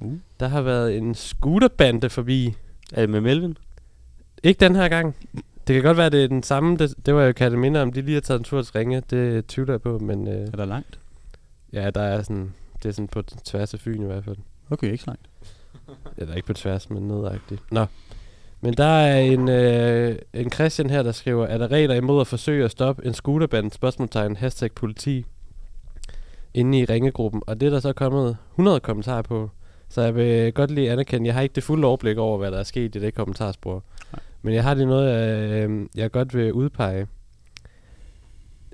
Uh. Der har været en scooterbande forbi. Er det med Melvin? Ikke den her gang. Det kan godt være, det er den samme. Det, det var jo kan minde om, de lige har taget en tur til Ringe. Det tvivler jeg på, men øh, Er der langt? ja, der er sådan, det er sådan på t- tværs af Fyn i hvert fald. Okay, ikke så langt. Eller ikke på tværs, men nedagtigt. Nå. Men der er en, øh, en Christian her, der skriver, er der regler imod at forsøge at stoppe en scooterband, spørgsmålstegn, hashtag politi, inde i ringegruppen. Og det er der så kommet 100 kommentarer på. Så jeg vil godt lige anerkende, jeg har ikke det fulde overblik over, hvad der er sket i det kommentarspor. Men jeg har lige noget, jeg, øh, jeg godt vil udpege.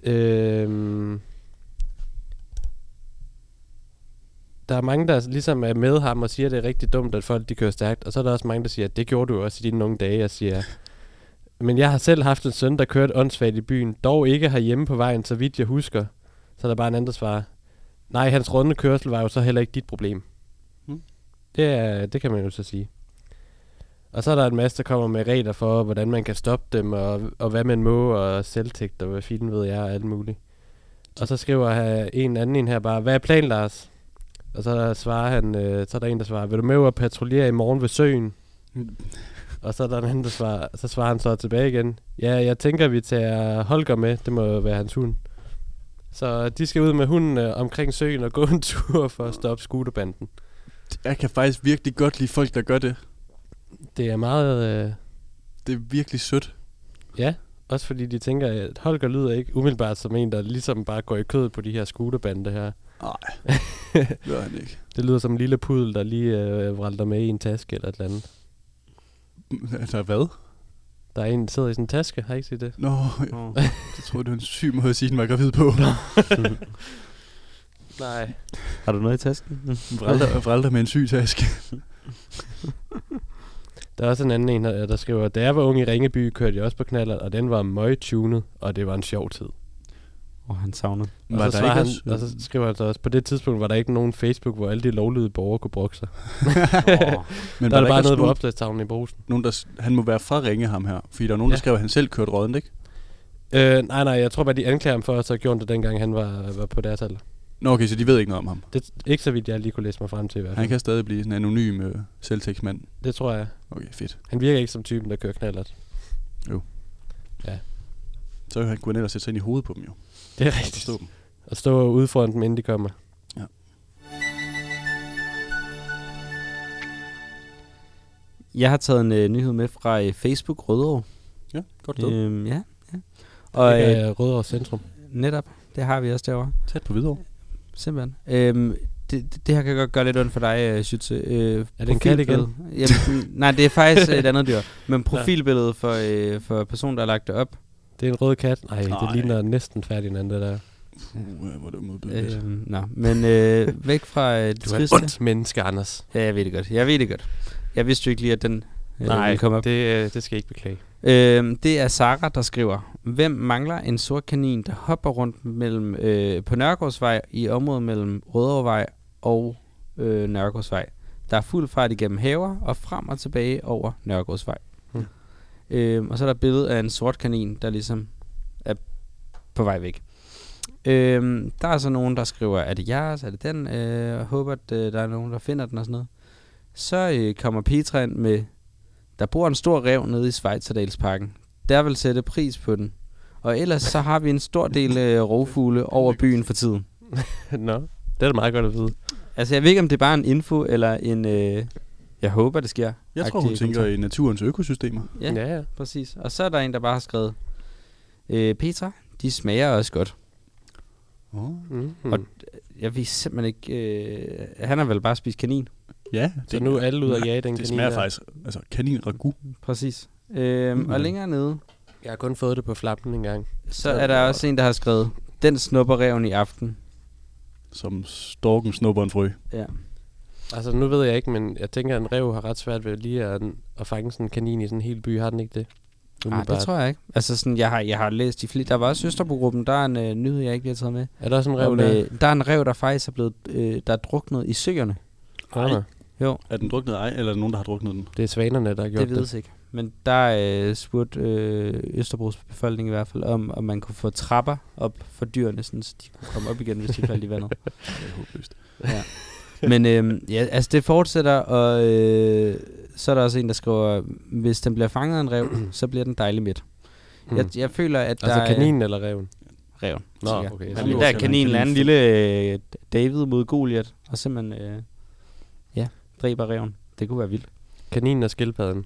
Øhm, der er mange, der ligesom er med ham og siger, at det er rigtig dumt, at folk de kører stærkt. Og så er der også mange, der siger, at det gjorde du jo også i dine unge dage. Jeg siger, men jeg har selv haft en søn, der kørte åndssvagt i byen, dog ikke herhjemme på vejen, så vidt jeg husker. Så er der bare en anden, der svarer, nej, hans runde kørsel var jo så heller ikke dit problem. Mm. Det, er, det kan man jo så sige. Og så er der en masse, der kommer med regler for, hvordan man kan stoppe dem, og, og hvad man må, og selvtægt, og hvad fanden ved jeg, og alt muligt. Og så skriver øh, en anden en her bare, hvad er planen, Lars? Og så der svarer han, øh, så er der en, der svarer, vil du med ud og patruljere i morgen ved søen? og så er der en anden, der svarer, så svarer han så tilbage igen, ja, jeg tænker, vi tager Holger med, det må jo være hans hund. Så de skal ud med hunden øh, omkring søen og gå en tur for at stoppe scooterbanden. Jeg kan faktisk virkelig godt lide folk, der gør det. Det er meget... Øh, Det er virkelig sødt. Ja, også fordi de tænker, at Holger lyder ikke umiddelbart som en, der ligesom bare går i kødet på de her scooterbande her. Det gør han ikke. Det lyder som en lille pudel, der lige øh, vralter med i en taske eller et eller andet. Altså, hvad? Der er en, der sidder i sådan en taske, har I ikke set det? Nå, jeg jeg troede, det var en syg måde at sige, at den var gravid på. Nej. Har du noget i tasken? Vrælder, vrælder med en syg taske. Der er også en anden en, her, der skriver, da jeg var ung i Ringeby, kørte jeg også på knaller, og den var møgtunet, og det var en sjov tid. Åh, han savner. Og, så, svarer han, og så skriver han så også, på det tidspunkt var der ikke nogen Facebook, hvor alle de lovlydige borgere kunne brokke sig. Oh. Men der er var det bare ikke noget også på nogen, nogen, der, s- han må være fra ringe ham her. Fordi der er nogen, der Ja. skrev, at han selv kørte rådent, ikke? Øh, nej, nej, jeg tror bare, de anklager ham for at så have gjort det, dengang han var, var på deres alder. Nå, okay, så de ved ikke noget om ham. Det er ikke så vidt, jeg lige kunne læse mig frem til i hvert fald. Han kan stadig blive sådan en anonym øh, selvtægtsmand. Det tror jeg. Okay, fedt. Han virker ikke som typen, der kører knallert. Så kan han kunne ellers sætte sig ind i hovedet på dem jo. Det er Og rigtigt. forstå dem. At stå ude foran dem, inden de kommer. Jeg har taget en øh, nyhed med fra øh, Facebook Rødovre. Ja, godt sted. Øhm, ja, ja. Og Og øh, øh, Rødovre Centrum. netop, det har vi også derovre. Tæt på videre. Simpelthen. Øhm, det, det, det her kan godt gøre lidt ondt for dig, øh, Schütze. Øh, Er det en kat igen? profilbilledet- Jamen, nej, det er faktisk et andet dyr. Men profilbilledet for, øh, for personen, der har lagt det op, Det er en rød kat. Nej, det Nej. ligner næsten Ferdinand, det der. Uh, hvor er det modbydeligt. Øh, nå, men øh, væk fra øh, det Du er et triste. ondt menneske, Anders. Ja, jeg ved det godt. Jeg ved det godt. Jeg vidste jo ikke lige, at den øh, ville komme op. Det. det, øh, det skal jeg ikke beklage. Øh, det er Sara, der skriver, Hvem mangler en sort kanin, der hopper rundt mellem, øh, på Nørregårdsvej i området mellem Rødovrevej og øh, Nørregårdsvej? Der er fuld fart igennem haver og frem og tilbage over Nørregårdsvej. Mm. Mm. Øh, og så er der et billede af en sort kanin, der ligesom er på vej væk. Øhm, der er så nogen, der skriver, er det jeres, er det den? Øh, og håber, at øh, der er nogen, der finder den og sådan noget. Så øh, kommer Petra ind med, der bor en stor rev nede i Schweizerdalsparken. Der vil sætte pris på den. Og ellers så har vi en stor del øh, rovfugle over byen for tiden. Nå, det er da meget godt at vide. Altså jeg ved ikke, om det er bare en info eller en... Øh, jeg håber, det sker. Jeg tror, Agtige hun tænker kommentar. i naturens økosystemer. Ja. ja. ja. Præcis. Og så er der en, der bare har skrevet... Øh, Petra, de smager også godt. Oh. Mm-hmm. Og- øh, Jeg ved simpelthen ikke... Øh, han har vel bare spist kanin. Ja, så nu er alle ud og jage den det kanin smager der. faktisk. Altså, kanin ragu. Præcis. Øh, Hmm. mm. Og længere nede, Jeg har kun fået det på flappen en gang. så er der også en, der har skrevet... Den snupper reven i aften. Som storken snupper en frø. Ja. Altså, nu ved jeg ikke, men jeg tænker, at en rev har ret svært ved lige at, at fange sådan en kanin i sådan en hel by. Har den ikke det? Nej, Ah, det tror jeg ikke. Altså sådan, jeg har, jeg har læst de flere. Der var også Søsterbogruppen, der er en øh, nyhed, jeg ikke lige har taget med. Er der også en rev Rev, der? øh, der er en rev, der faktisk er blevet, øh, der er druknet i søerne. Nej, Ah, nej. Jo, Er den druknet ej, eller er der nogen, der har druknet den? Det er svanerne, der har gjort det det. vides ikke. Men der øh, spurgte øh, Østerbros befolkning i hvert fald om, om man kunne få trapper op for dyrene, sådan, så de kunne komme op igen, hvis de faldt i vandet. Det er håbløst. Men øh, ja, altså det fortsætter, og øh, så er der også en, der skriver, hvis den bliver fanget af en rev, så bliver den dejlig midt. Hmm. Jeg, jeg føler, at der altså er... kaninen eller reven? Reven. Nå, tænker jeg. okay. Men Så der det var er simpelthen kaninen en kanin. anden lille øh, David mod Goliath, og simpelthen, øh, ja, dræber reven. Det kunne være vildt. Kaninen og skildpadden.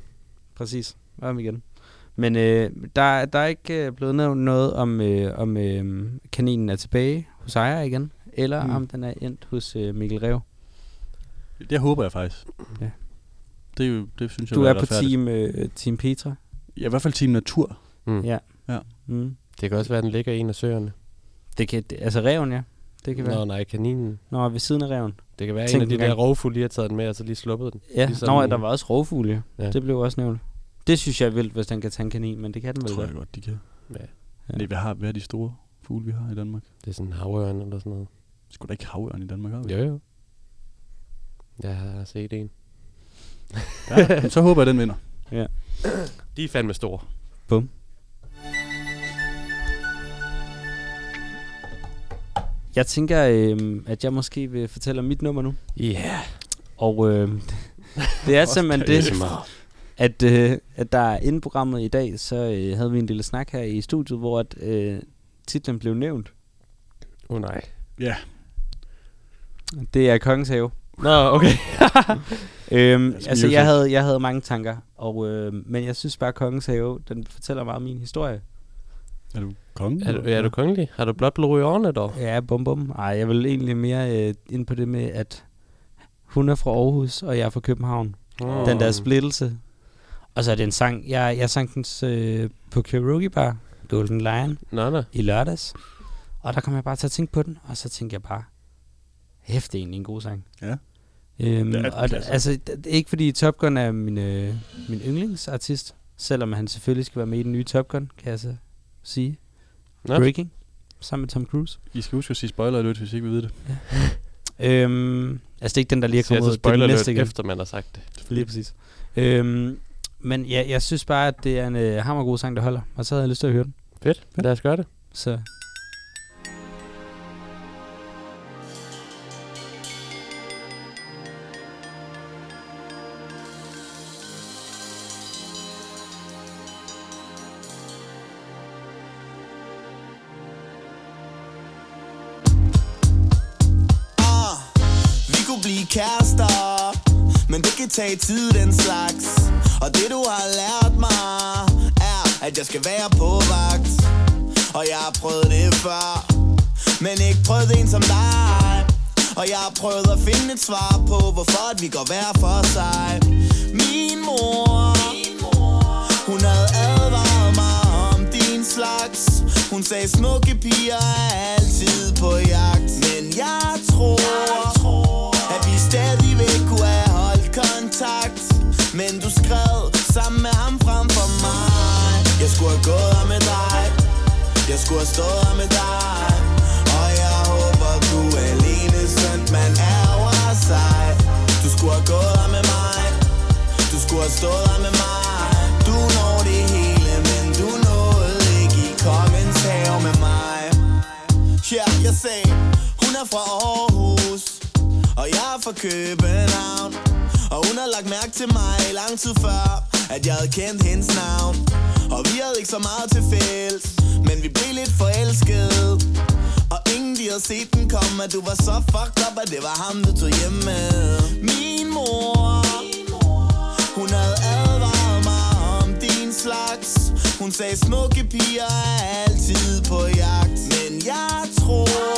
Præcis. Om igen. Men øh, der, der er ikke øh, blevet nævnt noget om, øh, om øh, kaninen er tilbage hos ejer igen, eller mm. Mm. om den er endt hos øh, Mikkel Rev. Det håber jeg faktisk. Ja. Det, er jo- det synes jeg Du ville er være på retfærdigt. team, øh, team Petra. Ja, i hvert fald Team Natur. Mm. Ja. Ja. Mm. Det kan også være, at den ligger i en af søerne. Det kan, det, altså reven, ja. Det kan være. Nå, nej, kaninen. Nå, ved siden af reven. Det kan være, at Tænk en af de engang. der rovfugle lige har taget den med, og så lige sluppet den. Ja, Ligesom- Nå, ja, der var også rovfugle. Ja. Ja. Det blev også nævnt. Det synes jeg er vildt, hvis den kan tage en kanin, men det kan den Det vel tror godt. jeg godt, de kan. Ja. Ja. Ja. Nej, hvad, har, hvad er de store fugle, vi har i Danmark? Det er sådan en havørn eller sådan noget. Skulle da ikke havørn i Danmark, har vi? Jo, jo. Jeg har set en. Ja, men så håber jeg, den vinder. De er fandme store. Jeg tænker, øh, at jeg måske vil fortælle om mit nummer nu. Ja. Og øh, det er simpelthen det, at, øh, at der inden programmet i dag, så øh, havde vi en lille snak her i studiet, hvor at, øh, titlen blev nævnt. Åh oh, nej. Det er Kongens Have. Nå, okay. Øhm, Altså altså, jeg musical. havde, jeg havde mange tanker, og, øh, men jeg synes bare, at Kongens Have, den fortæller meget om min historie. Er du kongen? Er du, er du kongelig? Har du blot blod i årene dog? Ja, bum bum. Ej, jeg vil egentlig mere øh, ind på det med, at hun er fra Aarhus, og jeg er fra København. Oh. Mm. Den der splittelse. Og så er det en sang, jeg, jeg sang den øh, på Karaoke Bar, Golden Lion. Nå, nå. i lørdags. Og der kom jeg bare til at tænke på den, og så tænkte jeg bare, hæft, det er egentlig en god sang. Ja. Øhm, Ja, ja, og, klasse. altså, d- det er ikke fordi Top Gun er min, øh, min yndlingsartist, selvom han selvfølgelig skal være med i den nye Top Gun, kan jeg så sige. Nå. Breaking, sammen med Tom Cruise. I skal huske at sige spoiler alert, hvis ikke vi ved det. Øhm, altså det er ikke den, der lige er Så jeg kommet så ud, det er spoiler den næste lidt igen. efter, man har sagt det. Lige præcis. Øhm, men ja, jeg synes bare, at det er en øh, hammergod sang, der holder, og så havde jeg lyst til at høre den. Fedt. Lad os gøre det. Så Ah, vi kunne blive kærester Men det kan tage tid den slags Og det du har lært mig Er at jeg skal være på vagt Og jeg har prøvet det før Men ikke prøvet en som dig Og jeg har prøvet at finde et svar på Hvorfor at vi går hver for sig Min mor Hun havde advaret mig om din slags Hun sagde smukke piger er altid på jagt Men jeg tror, at vi stadigvæk kunne have holdt kontakt Men du skrev sammen med ham frem for mig Jeg skulle have gået her med dig Jeg skulle have stået her med dig Og jeg håber du er alene søndag man ærger sig Du skulle have gået her med mig du skulle have stået her med mig Du når det hele, men du nåede ikke i kongens have med mig Ja, jeg sagde, hun er fra Aarhus Og jeg er fra København Og hun har lagt mærke til mig lang tid før At jeg havde kendt hendes navn Og vi havde ikke så meget til fælles Men vi blev lidt forelskede Og ingen de havde set den komme At du var så fucked up, at det var ham, du tog hjem med Min mor, Min mor hun havde advaret mig om din slags Hun sagde smukke piger er altid på jagt Men jeg tror,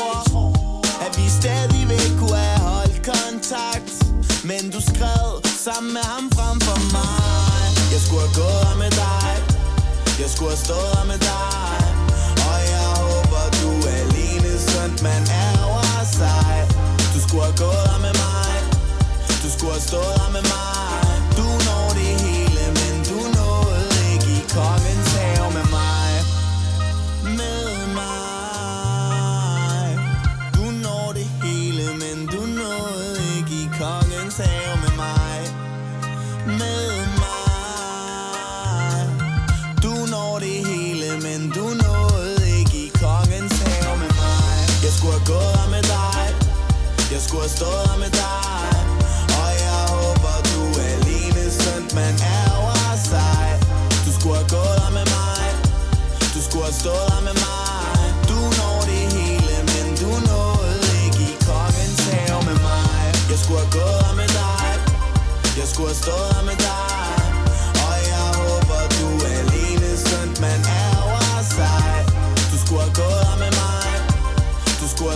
at vi stadigvæk kunne have holdt kontakt Men du skrev sammen med ham frem for mig Jeg skulle have gået her med dig Jeg skulle have stået her med dig Og jeg håber du er alene søndag man ærger sig Du skulle have gået her med mig du skulle have stået her med mig Du når det hele, men du nåede ikke i kongens have med mig Med mig Du når det hele, men du nåede ikke i kongens have med mig Med mig Du når det hele, men du nåede ikke i kongens have med mig Jeg skulle have gået her med dig jeg skulle have stået her med dig Og jeg håber du er alene søndag man ærger sig Du skulle have gået her med mig Du skulle have stået her med mig Du når det hele, men du nåede ikke i kongens have med mig Jeg skulle have gået her med dig Jeg skulle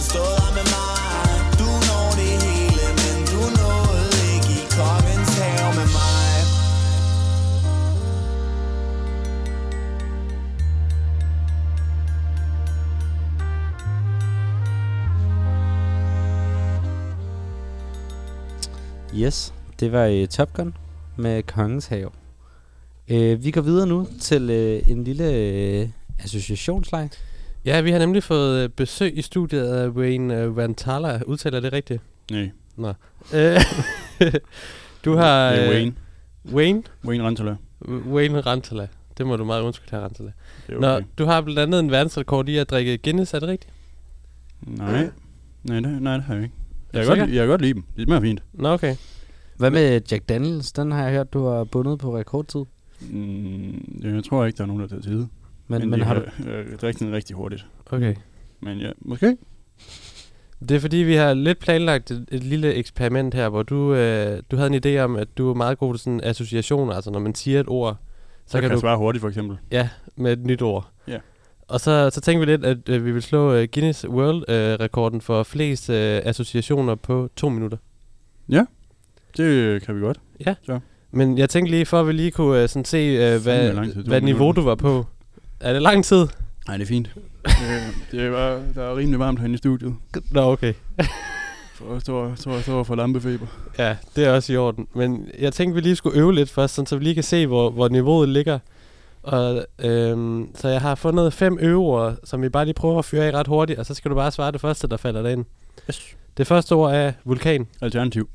stå der med mig Du når det hele, men du nåede ikke i kongens have med mig Yes, det var øh, Top Gun med Kongens Have. Øh, vi går videre nu til øh, en lille øh, associationsleg. Ja, vi har nemlig fået øh, besøg i studiet af Wayne øh, Vantala. Udtaler jeg det rigtigt? Nej, Øh, du har... det er øh, Wayne. Wayne? Wayne Rantala. W- Wayne Rantala. Det må du meget undskylde her, Rantala. Det er Okay. okay. Nå, du har blandt andet en verdensrekord i at drikke Guinness, er det rigtigt? Nej. Nej, det, nej, det har jeg ikke. Er Jeg du kan, godt, sikker? jeg kan godt lide dem. Det smager fint. Nå, okay. Hvad med Jack Daniels? Den har jeg hørt, du har bundet på rekordtid. Mm, jeg tror ikke, der er nogen, der tager tid. Men, men, men har du... Jeg drikker den øh, rigtig hurtigt. okay. Men ja, måske. Det er fordi, vi har lidt planlagt et, et lille eksperiment her, hvor du, øh, du havde en idé om, at du er meget god til sådan associationer, altså når man siger et ord, så, Så kan, du jeg svare hurtigt, for eksempel. med et nyt ord. Ja. Og så, så tænkte vi lidt, at øh, vi vil slå øh, Guinness World-rekorden for flest øh, associationer på to minutter. Det øh, kan vi godt. Men jeg tænkte lige, for at vi lige kunne øh, sådan se, øh, Fandme hvad, lang tid, to hvad niveau minutter. du var på. Er det lang tid? Nej, det er fint. Øh, det er bare, der er rimelig varmt herinde i studiet. Nå, okay. For, står, står, står for lampefeber. Ja, det er også i orden. Men jeg tænkte, vi lige skulle øve lidt først, sådan, så vi lige kan se, hvor, hvor niveauet ligger. Og, øhm, så jeg har fundet fem øver, som vi bare lige prøver at fyre af ret hurtigt, og så skal du bare svare det første, der falder dig ind. Yes. Det første ord er vulkan. Alternativ.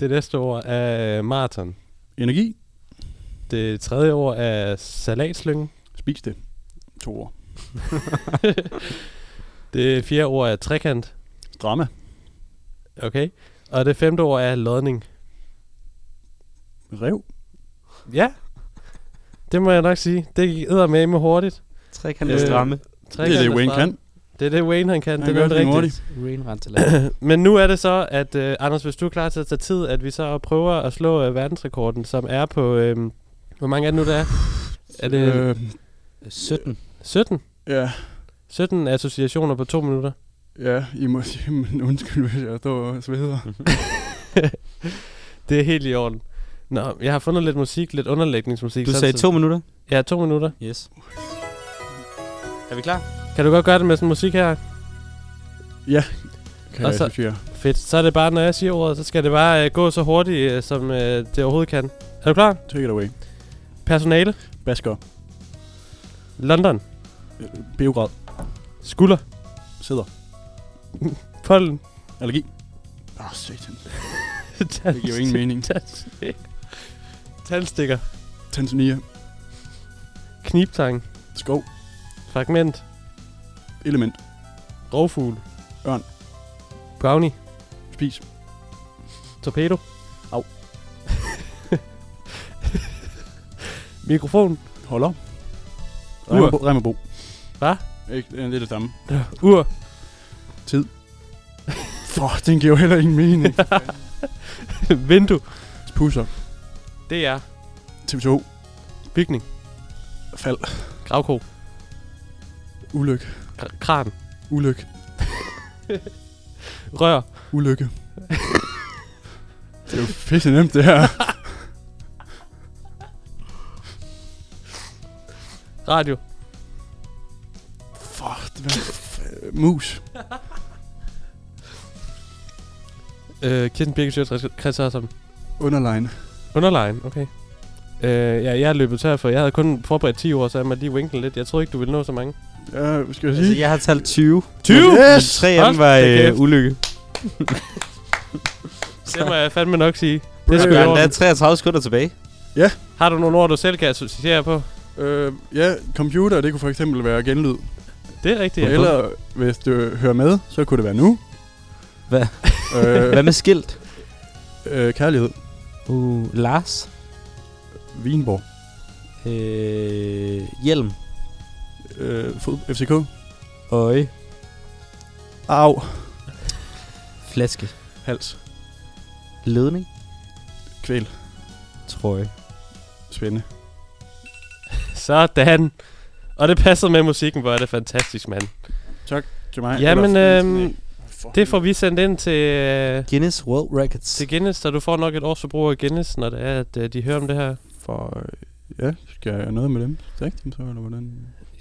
Det næste ord er øh, maraton. Energi. Det tredje ord er salatslynge. Spis det. To år. Det fjerde ord er trekant. Drama. Okay. Og det femte ord er lodning. Rev. Ja. Det må jeg nok sige. Det gik med med hurtigt. Trekantet Øh, stramme. Det er det, Wayne kan. Det er det, Wayne han kan. Han det gør er det nemlig rigtigt. hurtigt. Rain Rantalat. Men nu er det så, at øh, Anders, hvis du er klar til at tage tid, at vi så prøver at slå øh, verdensrekorden, som er på... Øh, hvor mange er det nu, der er? Er det øh. Øh, 17. 17? ja, 17 associationer på to minutter. ja, I må sige, men undskyld, hvis jeg står og sveder. Det er helt i orden. Nå, jeg har fundet lidt musik, lidt underlægningsmusik. Du sådan sagde så- to minutter? Ja, to minutter. Yes. Er vi klar? Kan du godt gøre det med sådan musik her? Kan Og jeg så- associere. Fedt. Så er det bare, når jeg siger ordet, så skal det bare øh, gå så hurtigt, øh, som øh, det overhovedet kan. Er du klar? Take it away. Personale. Basker. Øh, London. Beograd. Skulder. Sidder. Pollen. Allergi. Åh, oh, satan. Det giver jo ingen mening. Tandstikker. Tanzania. Knibtang. Skov. Fragment. Element. Rovfugl. Ørn. Brownie. Spis. Torpedo. Au. Mikrofon. Holder. Ur. Remmerbo. Remmerbo. Hvad? Ikke, det er det samme. Ur. For, den giver jo heller ingen mening. Vindue. Pusser. Det er TV2. bygning. Fald. Gravko. Ulykke. Kr- kran. Ulykke. Rør. Ulykke. det er jo pisse nemt, det her. Radio. Fuck, det var... f- Mus. Øh, Kirsten Birkensjø, Chris Hørsholm. Underline. Underline, okay. Øh, ja, jeg er løbet tør for. Jeg havde kun forberedt 10 år, så jeg må lige vinkle lidt. Jeg troede ikke, du ville nå så mange. Ja, skal jeg sige? Altså, jeg har talt 20. 20? Yes! 3 af dem Hold var da kæft. øh, ulykke. Det må jeg fandme nok sige. Det Det er skulle der er jeg 33 sekunder tilbage. Har du nogle ord, du selv kan associere på? Øh, ja, computer, det kunne for eksempel være genlyd. Det er rigtigt. ja. Eller hvis du hører med, så kunne det være nu. Hvad? Øh, Hvad med skilt? øh, kærlighed. Uh, Lars. Vinborg. Øh, hjelm. Øh, fod, FCK. Øje. Au. Flaske. Hals. Ledning. Kvæl. Trøje. Spændende. Sådan. Og det passede med musikken, hvor er det fantastisk, mand. Tak til mig. Jamen, Eller- øhm, det får vi sendt ind til, øh, Guinness World Records. til Guinness, så du får nok et års forbrug af Guinness, når det er, at øh, de hører om det her. For, øh, ja, skal jeg gøre noget med dem? Drikke dem så, eller hvordan?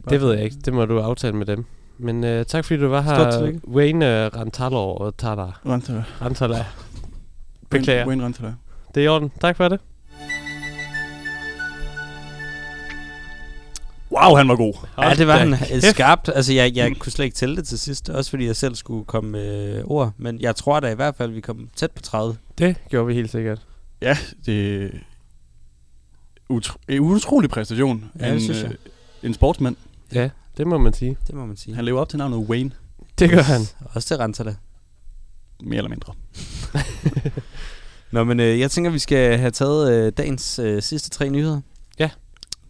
Det ved jeg ikke. Det må du aftale med dem. Men øh, tak fordi du var Stort her, tillykke. Wayne øh, Rantala og Tala. Rantala. Rantala. Beklager. Wayne Rantala. Det er i orden. Tak for det. Wow, han var god. Ja, det var Hold han da øh, kæft. skarpt. Altså, jeg, jeg kunne slet ikke tælle det til sidst, også fordi jeg selv skulle komme med øh, ord. Men jeg tror da i hvert fald, vi kom tæt på 30. Det gjorde vi helt sikkert. Ja, det er utro- en utrolig præstation Ja, af det en, synes jeg. øh, en sportsmand. Ja, det må man sige. Det må man sige. Han lever op til navnet Wayne, Det gør han. Også til Rantala. mere eller mindre. Nå, men øh, jeg tænker, vi skal have taget øh, dagens øh, sidste tre nyheder. Ja.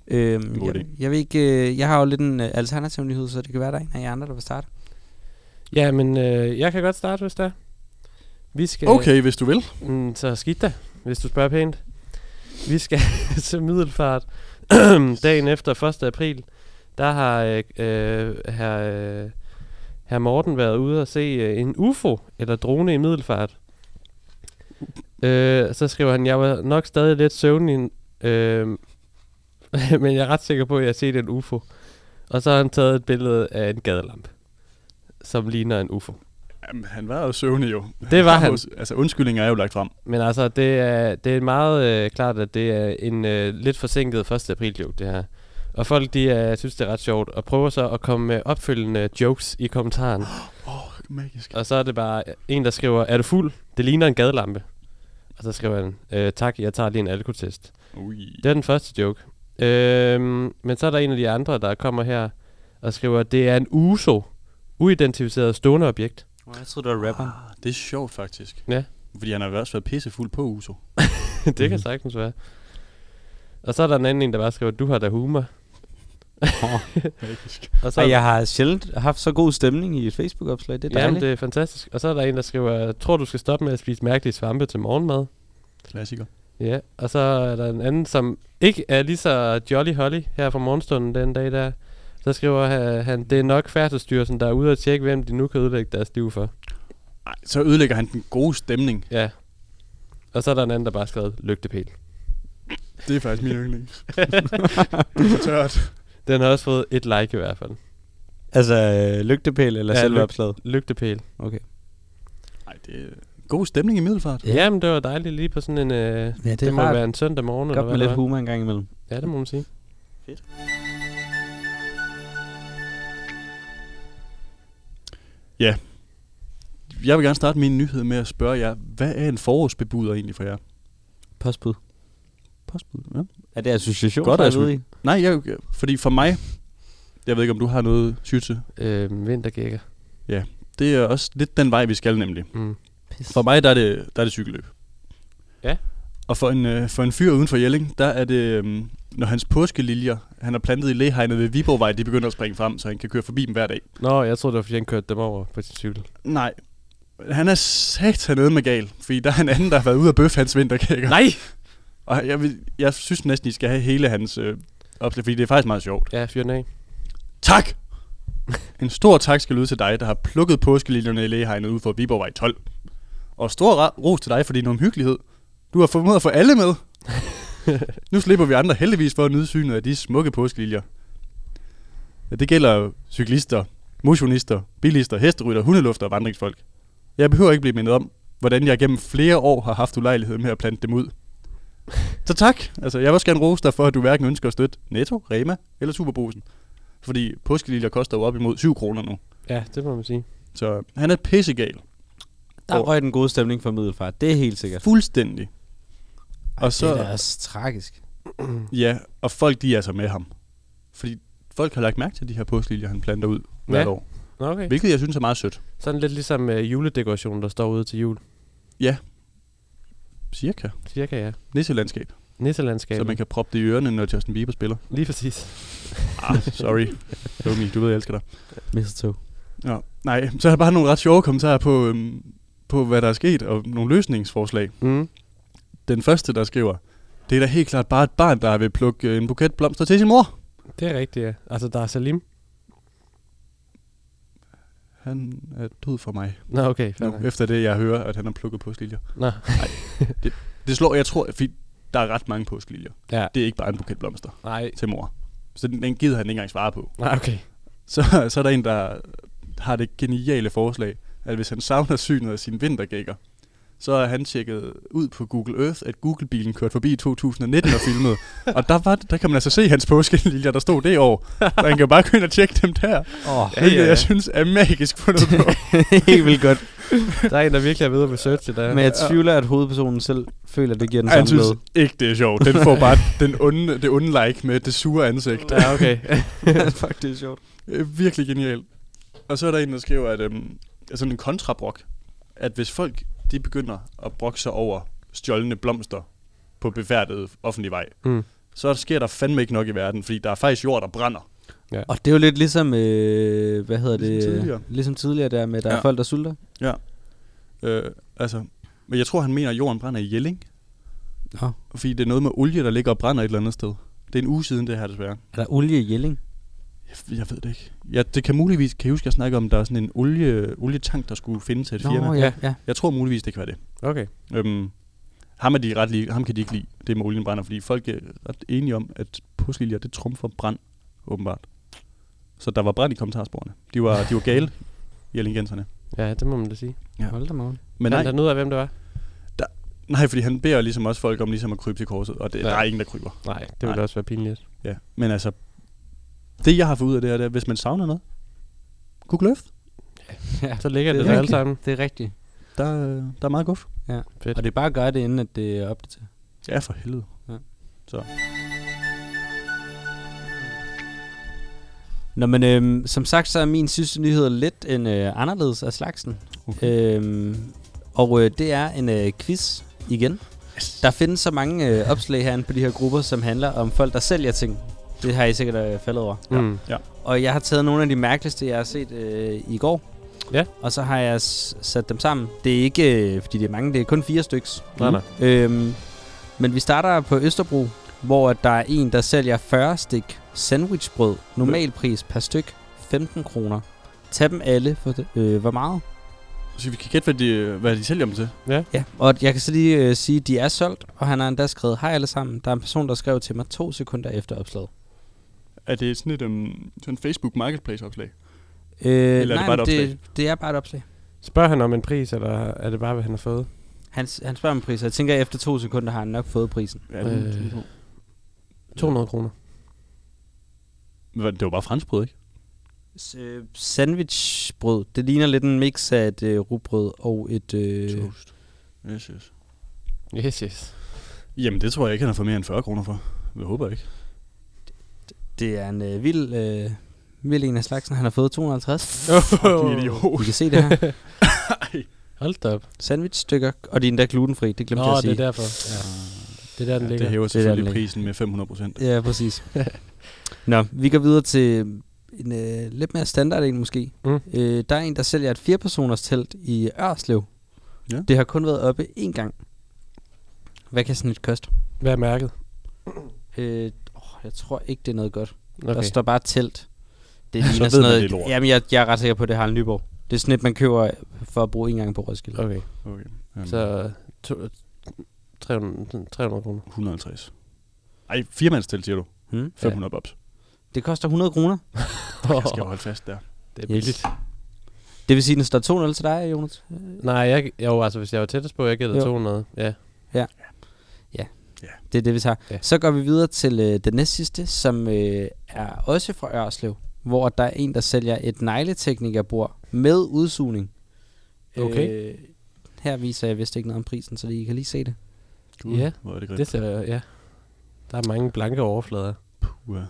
Øhm, God jeg, idé. jeg, ved ikke, øh, jeg har jo lidt en øh, alternativ nyhed, så det kan være, der er en af jer andre, der vil starte. Ja, men øh, jeg kan godt starte, hvis der. Vi skal... Okay, hvis du vil. Mm, så skidt da, hvis du spørger pænt. Vi skal til Middelfart. Dagen efter 1. april, der har øh, øh, her, øh, her Morten været ude og se øh, en UFO, eller drone i Middelfart. Øh, så skriver han, jeg var nok stadig lidt søvnig, øh, men jeg er ret sikker på, at jeg har set en UFO. Og så har han taget et billede af en gadelamp, som ligner en UFO. Jamen, han var jo søvnig jo. Det var har han. jo- Altså, undskyldninger er jo lagt frem. Men altså, det er, det er meget øh, klart, at det er en øh, lidt forsinket 1. april joke, det her. Og folk, de øh, synes, det er ret sjovt, og prøver så at komme med opfølgende jokes i kommentaren. Magisk. Og så er det bare en, der skriver, er du fuld? Det ligner en gadelampe. Og så skriver han, øh, tak, jeg tager lige en alkotest. Ui. Det er den første joke. Øhm, men så er der en af de andre, der kommer her og skriver, det er en USO, uidentificeret stående objekt. Jeg tror du var rapperen. Ah, det er sjovt faktisk. Ja. Fordi han har jo også været pissefuld på Uso. det kan sagtens være. Og så er der en anden en, der bare skriver, du har da humor. Magisk. Og så Og jeg har sjældent haft så god stemning i et Facebook-opslag. Det er Jamen, dejligt. det er fantastisk. Og så er der en, der skriver, tror du skal stoppe med at spise mærkelige svampe til morgenmad? Klassiker. Ja, og så er der en anden, som ikke er lige så jolly holly her fra morgenstunden den dag der. Så skriver øh, han, det er nok færdselsstyrelsen, der er ude og tjekke, hvem de nu kan ødelægge deres liv for. Ej, så ødelægger han den gode stemning. Ja. Og så er der en anden, der bare har skrevet, lygtepæl. Det er faktisk min yndlings. Det er tørt. Den har også fået et like i hvert fald. Altså, øh, lygtepæl eller Ja, ja, selve lyg- opslaget? Lygtepæl. Okay. Ej, det er god stemning i Middelfart. Ja. Jamen, det var dejligt lige på sådan en... Øh, det, Ja, det, det er må rart. være en søndag morgen, eller Godt hvad med lidt det var. humor en gang imellem. Ja, det må man sige. Jeg vil gerne starte min nyhed med at spørge jer, hvad er en forårsbebuder egentlig for jer? Postbud. Postbud, ja. Er det association? Godt, der er Asmund. ude i? Nej, jeg, fordi for mig, jeg ved ikke, om du har noget syge Øh, vintergækker. Det er også lidt den vej, vi skal nemlig. Mm. For mig, der er det, der er det cykelløb. Ja. Og for en, øh, for en fyr uden for Jelling, der er det, øhm, når hans påskeliljer, han har plantet i læhegnet ved Viborgvej, de begynder at springe frem, så han kan køre forbi dem hver dag. Nå, jeg troede, det var, fordi han kørte dem over på sin cykel. Nej, han er sat hernede med gal, fordi der er en anden, der har været ude at bøffe hans vinterkækker. Nej! Og jeg, vil, jeg synes næsten, I skal have hele hans øh, opslag, fordi det er faktisk meget sjovt. Ja, fyr den af. Tak! En stor tak skal lyde til dig, der har plukket påskeliljerne i lægehegnet ud for Viborgvej 12. Og stor ra- ros til dig for din omhyggelighed. Du har formået at få alle med. nu slipper vi andre heldigvis for at nyde synet af de smukke påskeliljer. Ja, det gælder jo cyklister, motionister, bilister, hesterytter, hundelufter og vandringsfolk. Jeg behøver ikke blive mindet om, hvordan jeg gennem flere år har haft ulejlighed med at plante dem ud. Så tak. Altså, jeg vil også gerne rose dig for, at du hverken ønsker at støtte Netto, Rema eller Superbrugsen. Fordi påskeliljer koster jo op imod 7 kroner nu. Ja, det må man sige. Så han er pissegal. Der røg den gode stemning fra Middelfart. Det er helt sikkert. Fuldstændig. Og Det er da så, også tragisk. ja, og folk de er så med ham. Fordi folk har lagt mærke til de her påskeliljer, han planter ud hvert Ja. år. Nå, okay. Hvilket jeg synes er meget sødt. Sådan lidt ligesom øh, juledekorationen, der står ude til jul. Cirka. Cirka, ja. Nisselandskab. Så Nisselandskabet. man kan proppe det i ørerne, når Justin Bieber spiller. Lige præcis. Ah, sorry. Lonely, du ved, jeg elsker dig. Mistletoe. Nå, nej, så er der bare nogle ret sjove kommentarer på, øhm, på, hvad der er sket, og nogle løsningsforslag. Mm. Den første, der skriver, det er da helt klart bare et barn, der vil plukke øh, en buket blomster til sin mor. Det er rigtigt, ja. Altså, der er Salim. Han er død for mig Nå, okay. fair nu, nok. efter det, jeg hører, at han har plukket påskeliljer. Nå. Det slår, jeg tror, fordi der er ret mange påskeliljer. Ja. Det er ikke bare en buket blomster Nej. til mor. Så den, den gider han ikke engang svare på. Nej, okay. Så, så er der en, der har det geniale forslag, at hvis han savner synet af sine vintergækker, så har han tjekket ud på Google Earth, at Google-bilen kørte forbi i 2019 og filmede. og der, var, det- der kan man altså se hans påskeliljer, der stod det år. Så han kan bare gå ind og tjekke dem der. Åh, Ja, Ja, ja, ja, ja. jeg synes er magisk fundet på. helt vildt godt. Der er en, der virkelig er ved at researche det der. Men jeg tvivler, at hovedpersonen selv føler, at det giver den Ej, Han samme synes glæde. ikke, det er sjovt. Den får bare den onde, det onde like med det sure ansigt. Ja, okay. Fuck, det er sjovt. Øh, Virkelig genial. Og så er der en, der skriver, at øhm, er sådan en kontrabrok, at hvis folk de begynder at brokke sig over stjålne blomster på befærdet offentlig vej, Mm. så sker der fandme ikke nok i verden, fordi der er faktisk jord, der brænder. Og det er jo lidt ligesom, øh, hvad hedder Ligesom det? tidligere. Ligesom tidligere der med, der ja. er Ja. folk, der sulter. Øh, altså, men jeg tror, han mener, at jorden brænder i Jelling. Nå. Fordi det er noget med olie, der ligger og brænder et eller andet sted. Det er en uge siden det her, desværre. Er der olie i Jelling? Jeg, jeg ved det ikke. Ja, det kan muligvis, kan jeg huske, jeg snakker om, der er sådan en olie, olietank, der skulle findes til et firma. Nå, ja, ja. Jeg tror muligvis, det kan være det. Okay. Øhm, ham, er de ret lige, ham kan de ikke lide, det med olien brænder, fordi folk er ret enige om, at påskeliljer, det trumfer brand, åbenbart. Så der var brand i kommentarsporene. De var, de var gale, jellingenserne. Ja, det må man da sige. Ja. Hold da morgen. Men Fandt nej, han ud af, hvem det var? nej, fordi han beder ligesom også folk om ligesom at krybe til korset, og det, Ja. der er ingen, der kryber. Nej, det ville Nej. også være pinligt. Ja. Men altså, det jeg har fået ud af det her, det er, hvis man savner noget, Google Earth, Ja, Så Det er ligger det, det der alle rigtigt. sammen. det er rigtigt. der, øh, der er meget guf. Fedt. Og det er bare at gøre det, inden at det er op til. Ja, for helvede. Nå, men øhm, som sagt, så er min sidste nyhed lidt en øh, anderledes af slagsen. Okay. Øhm, og øh, det er en øh, quiz igen. Yes. Der findes så mange øh, opslag herinde på de her grupper, som handler om folk, der sælger ting. Det har I sikkert øh, faldet over. Mm. Og jeg har taget nogle af de mærkeligste, jeg har set øh, i går. Ja. Og så har jeg s- sat dem sammen. Det er ikke, øh, fordi det er mange, det er kun fire styks. Nej, nej. Øhm, men vi starter på Østerbro, hvor at der er en, der sælger 40 stik sandwichbrød. Normalpris per styk 15 kroner. Tag dem alle for det- øh, hvor meget? Så vi kan gætte, hvad de, hvad de sælger dem til. Ja, og jeg kan så lige øh, sige, at de er solgt, og han har endda skrevet, hej alle sammen, der er en person, der skrev til mig to sekunder efter opslaget. Er det sådan et øhm, sådan Facebook Marketplace-opslag? Øh, er det nej, bare et men det, det er bare et opslag. Spørger han om en pris, eller er det bare, hvad han har fået? Han, s- han spørger om priser. Jeg tænker, at efter to sekunder har han nok fået prisen. Ja, Øh. 200 kroner. Hvad, Det var bare franskbrød, ikke? S- øh, sandwichbrød. Det ligner lidt en mix af et øh, rugbrød og et... Øh, Toast. Yes, yes. Yes, yes. Jamen, det tror jeg ikke, han har fået mere end 40 kroner for. Jeg håber ikke. det er en øh, vild, øh, vild en af slagsen. Han har fået 250. Fucking idiot. Vi kan se det her. Hold da op. Sandwichstykker. Og de er endda glutenfri. Det glemte Nå, jeg at sige. det er derfor. Ja. Det er der, den Ja, ligger. det hæver Det er der, den selvfølgelig ligger. prisen med 500 procent. Ja, præcis. Nå, vi går videre til en øh, lidt mere standard en måske. Mm. Øh, der er en, der sælger et firepersoners telt i Ørslev. Ja. Det har kun været oppe én gang. Hvad kan sådan et koste? Hvad er mærket? Øh, åh, jeg tror ikke, det er noget godt. Okay. Der Okay. står bare telt. Det Så ligner ved sådan man, noget. det er lort. Jamen, jeg, jeg er ret sikker på, at det har en Nyborg. Det er sådan et, man køber for at bruge en gang på Roskilde. Okay. Okay. Så Så. to, 300, sådan 300 kroner. 150. Ej, firemandstelt, siger du. Hmm? 500 ja. bobs. Det koster 100 kroner. Jeg skal jo holde fast der. det er billigt. Det vil sige, at den står 2-0 til dig, Jonas. Nej, jeg, jo, altså hvis jeg var tættest på, jeg gættede Jo. 200. Ja. Det er det, vi tager. Ja. Ja. Så går vi videre til øh, den næste sidste, som øh, er også fra Ørslev, hvor der er en, der sælger et negleteknikerbord med udsugning. Okay. Øh, her viser jeg vist ikke noget om prisen, så I kan lige se det. Gud, Ja. Hvor er det grimt. Det ser jeg, ja. Der er mange blanke overflader. Uha.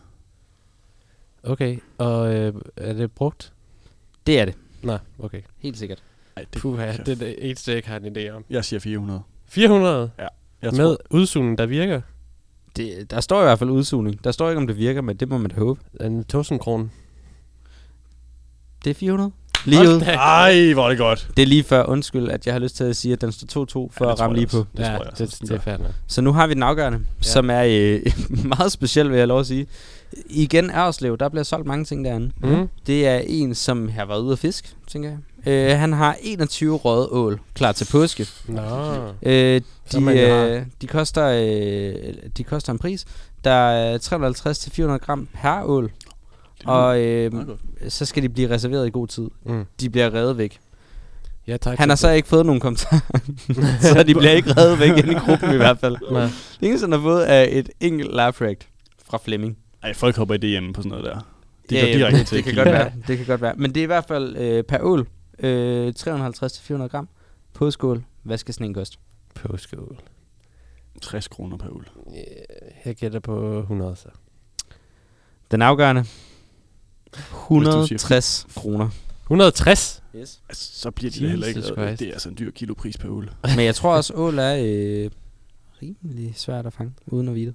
Okay, og øh, er det brugt? Det er det. Nej, okay. Helt sikkert. Ej, det, Puh, ja, det er det eneste, jeg ikke har en idé om. jeg siger 400. 400 Jeg med udsugning, der virker. Det, der står i hvert fald udsugning. Der står ikke, om det virker, men det må man da håbe. En tusind kroner. Det er 400. Lige ud. Ej, hvor er det godt. Det er lige før, undskyld, at jeg har lyst til at sige, at den står 2-2 for Ja, det at tror ramme jeg lige også. på. Det ja, tror jeg, det, det er fair nok. Så nu har vi den afgørende, ja. som er øh, meget speciel, vil jeg lov at sige. Igen, Erslev, der bliver solgt mange ting derinde. Mm. Det er en, som har været ude at fisk, tænker jeg. Øh, han har 21 røde ål klar til påske. Nå. Øh, Så de, man jo har- øh, de, koster, øh, de koster en pris, der er 350-400 gram per ål. Og øh, meget godt. så skal de blive reserveret i god tid. Mm. De bliver reddet væk. Ja, tak. Han har så ikke fået nogen kommentarer, så de bliver ikke reddet væk ind i gruppen i hvert fald. Nej. Det eneste, han har fået, er et enkelt laugh rack fra Flemming. Ej, folk hopper i DM på sådan noget der. De Ja, går ja, direkte det, til det kan Kina. godt være. Det kan godt være. Men det er i hvert fald øh, per ål, øh, 350-400 gram på skål. Hvad skal sådan en koste? Påskeål. 60 kroner per uge. Jeg gætter på 100, så. Den afgørende. du siger- 160 kroner. 160? Yes. Altså, så bliver de da heller ikke Jesus reddet. Christ. Det er altså en dyr kilopris per uge. Men jeg tror også, ål er øh, rimelig svært at fange, uden at vide det.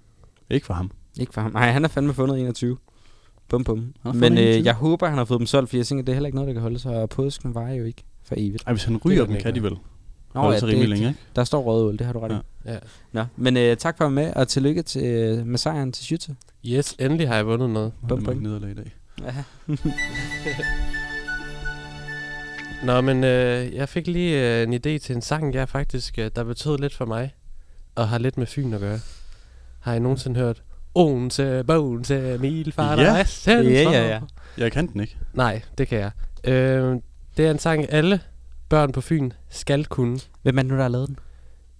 Ikke for ham. Ikke for ham. Nej, han har fandme fundet 21. Bum bum. har fundet Men øh, 21. jeg håber, han har fået dem solgt, for jeg tænker, det er heller ikke noget, der kan holde sig. Og påsken varer jo ikke for evigt. Ej, hvis han Det ryger kan dem, ikke kan de vel. Nå, Nå, Holde ja, sig rimelig det- længe, ikke? Der står røde ål, det har du ret i. Ja. Ja. Nå, men øh, tak for at være med, og tillykke til, øh, med sejren til Jytte. Yes, endelig har jeg vundet noget. Det Bum, er bum. mange nederlag i dag. Ja. Nå, men øh, jeg fik lige øh, en idé til en sang, jeg faktisk, øh, der betød lidt for mig, og har lidt med Fyn at gøre. Har I nogensinde hørt? Onse, bonse, milfar, Ja. ja. Ja, ja, ja. Jeg kan den ikke. Nej, det kan jeg. Øh, det er en sang, alle børn på Fyn skal kunne. Hvem er det nu, der har lavet den?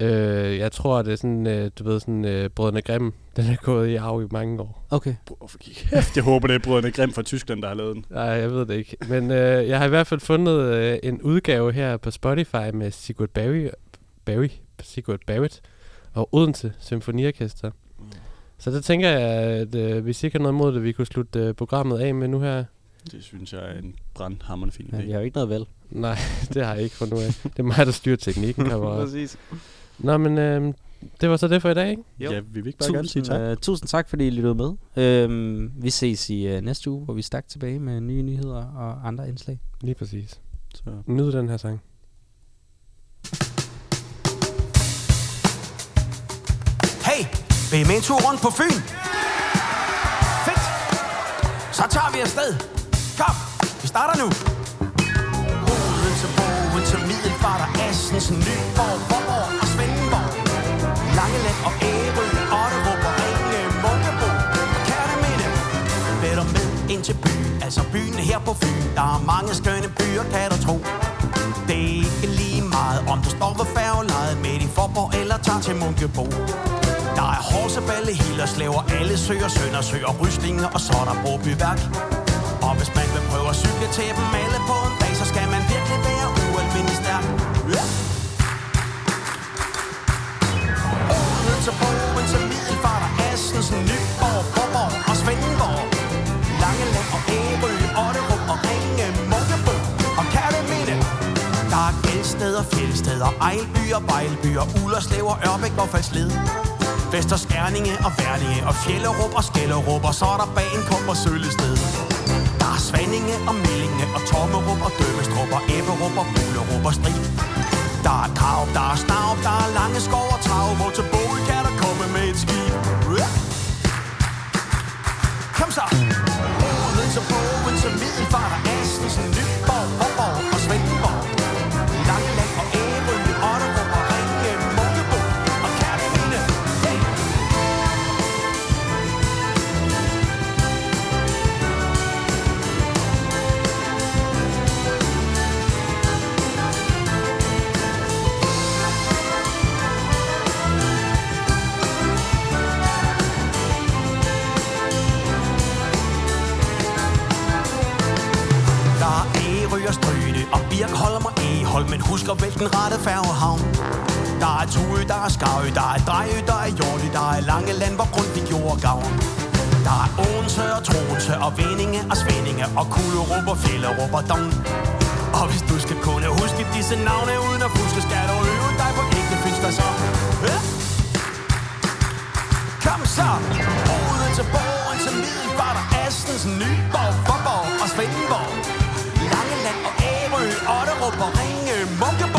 Øh, jeg tror, det er sådan, øh, du ved, sådan øh, Brødrene Grimm, den er gået i arv i mange år. Okay. Hvorfor gik kæft? Jeg håber, det er brødrene Grimm fra Tyskland, der har lavet den. Nej, jeg ved det ikke. Men øh, jeg har i hvert fald fundet øh, en udgave her på Spotify med Sigurd Barry, Barry, Sigurd Barrett og Odense Symfoniorkester. Så det tænker jeg, at øh, hvis I ikke har noget imod det, vi kunne slutte øh, programmet af med nu her. Det synes jeg er en brandhammerende fin idé. Ja, vi har jo ikke noget vel. Nej, det har jeg ikke for nu af. Det er mig, der styrer teknikken, kammerat. Præcis. Nå, men øh, det var så det for i dag, ikke? Jo. Ja, vi vil ikke bare gerne sige Tusind, tak. tak. Øh, tusind tak, fordi I lyttede med. Øhm, vi ses i øh, næste uge, hvor vi stak tilbage med nye nyheder og andre indslag. Lige præcis. Så Nyd den her sang. Hey, vil I med en tur rundt på Fyn? Fedt! Så tager vi afsted. Kom, vi starter nu. Odense, Bogense, Middelfart og Assens, Nyborg, Borborg og Svendborg. Langeland og Ærø, Otterup og Ringe, Munkebo og Kærteminde. Vær dig med ind til byen, altså byen her på Fyn. Der er mange skønne byer, kan du tro. Det er ikke lige meget, om du står ved færgelejet midt i Forborg eller tager til Munkebo. Der er Horseballe, Hillerslev og alle søger Søndersø og Ryslinge og så er der Brobyværk. Og hvis man vil prøve at cykle til dem alle på en dag, så skal man virkelig være ualmindelig stærk. Ja. Odense, Bogense, Middelfart og Assens, Nyborg, Borborg og Svendborg. Langeland og Ærø, Otterup og Ringe, Munkebo og Kærteminde. Der er gældsteder, fjeldsteder, ejlbyer, bejlbyer, Ullerslev og Ørbæk og Falsled. Vester Skærninge og Værninge og Fjellerup og Skellerup, og så er der bagen kommer Sølested. Der er Svanninge og Mellinge og Tommerup og Dømmestrup og Æberup og Bulerup og Strid. Der er Krav, der er Snavp, der er Lange Skov og Trav, hvor til Bogen kan der komme med et skib. Ja. Kom så! Odense, Bogense, Middelfart og Assens, Nyborg, Borborg og Svendborg. Langeland og Ærø, Otterup og Ringe, Munkebo og Kærteminde. Hey! Der er Ærø og Strøne og Birkholm og Eholm, men husk at vælge den rette færgehavn. Der er Tuø, der er Skarø, der er Drejø, der er Jordi, der er Langeland, hvor Grundtvig gjorde gavn. Der er Odense og Troense og Vendinge og Svendinge og Kullerup og Fjellerup og Dogn. Og hvis du skal kunne huske disse navne uden at fuske, skal du øve dig på ægte finsk så. Ja? Kom så! Odense, Bogense, Middelfart og Assens, Nyborg, Forborg og Svendborg. Langeland og Ære øh, Munkebo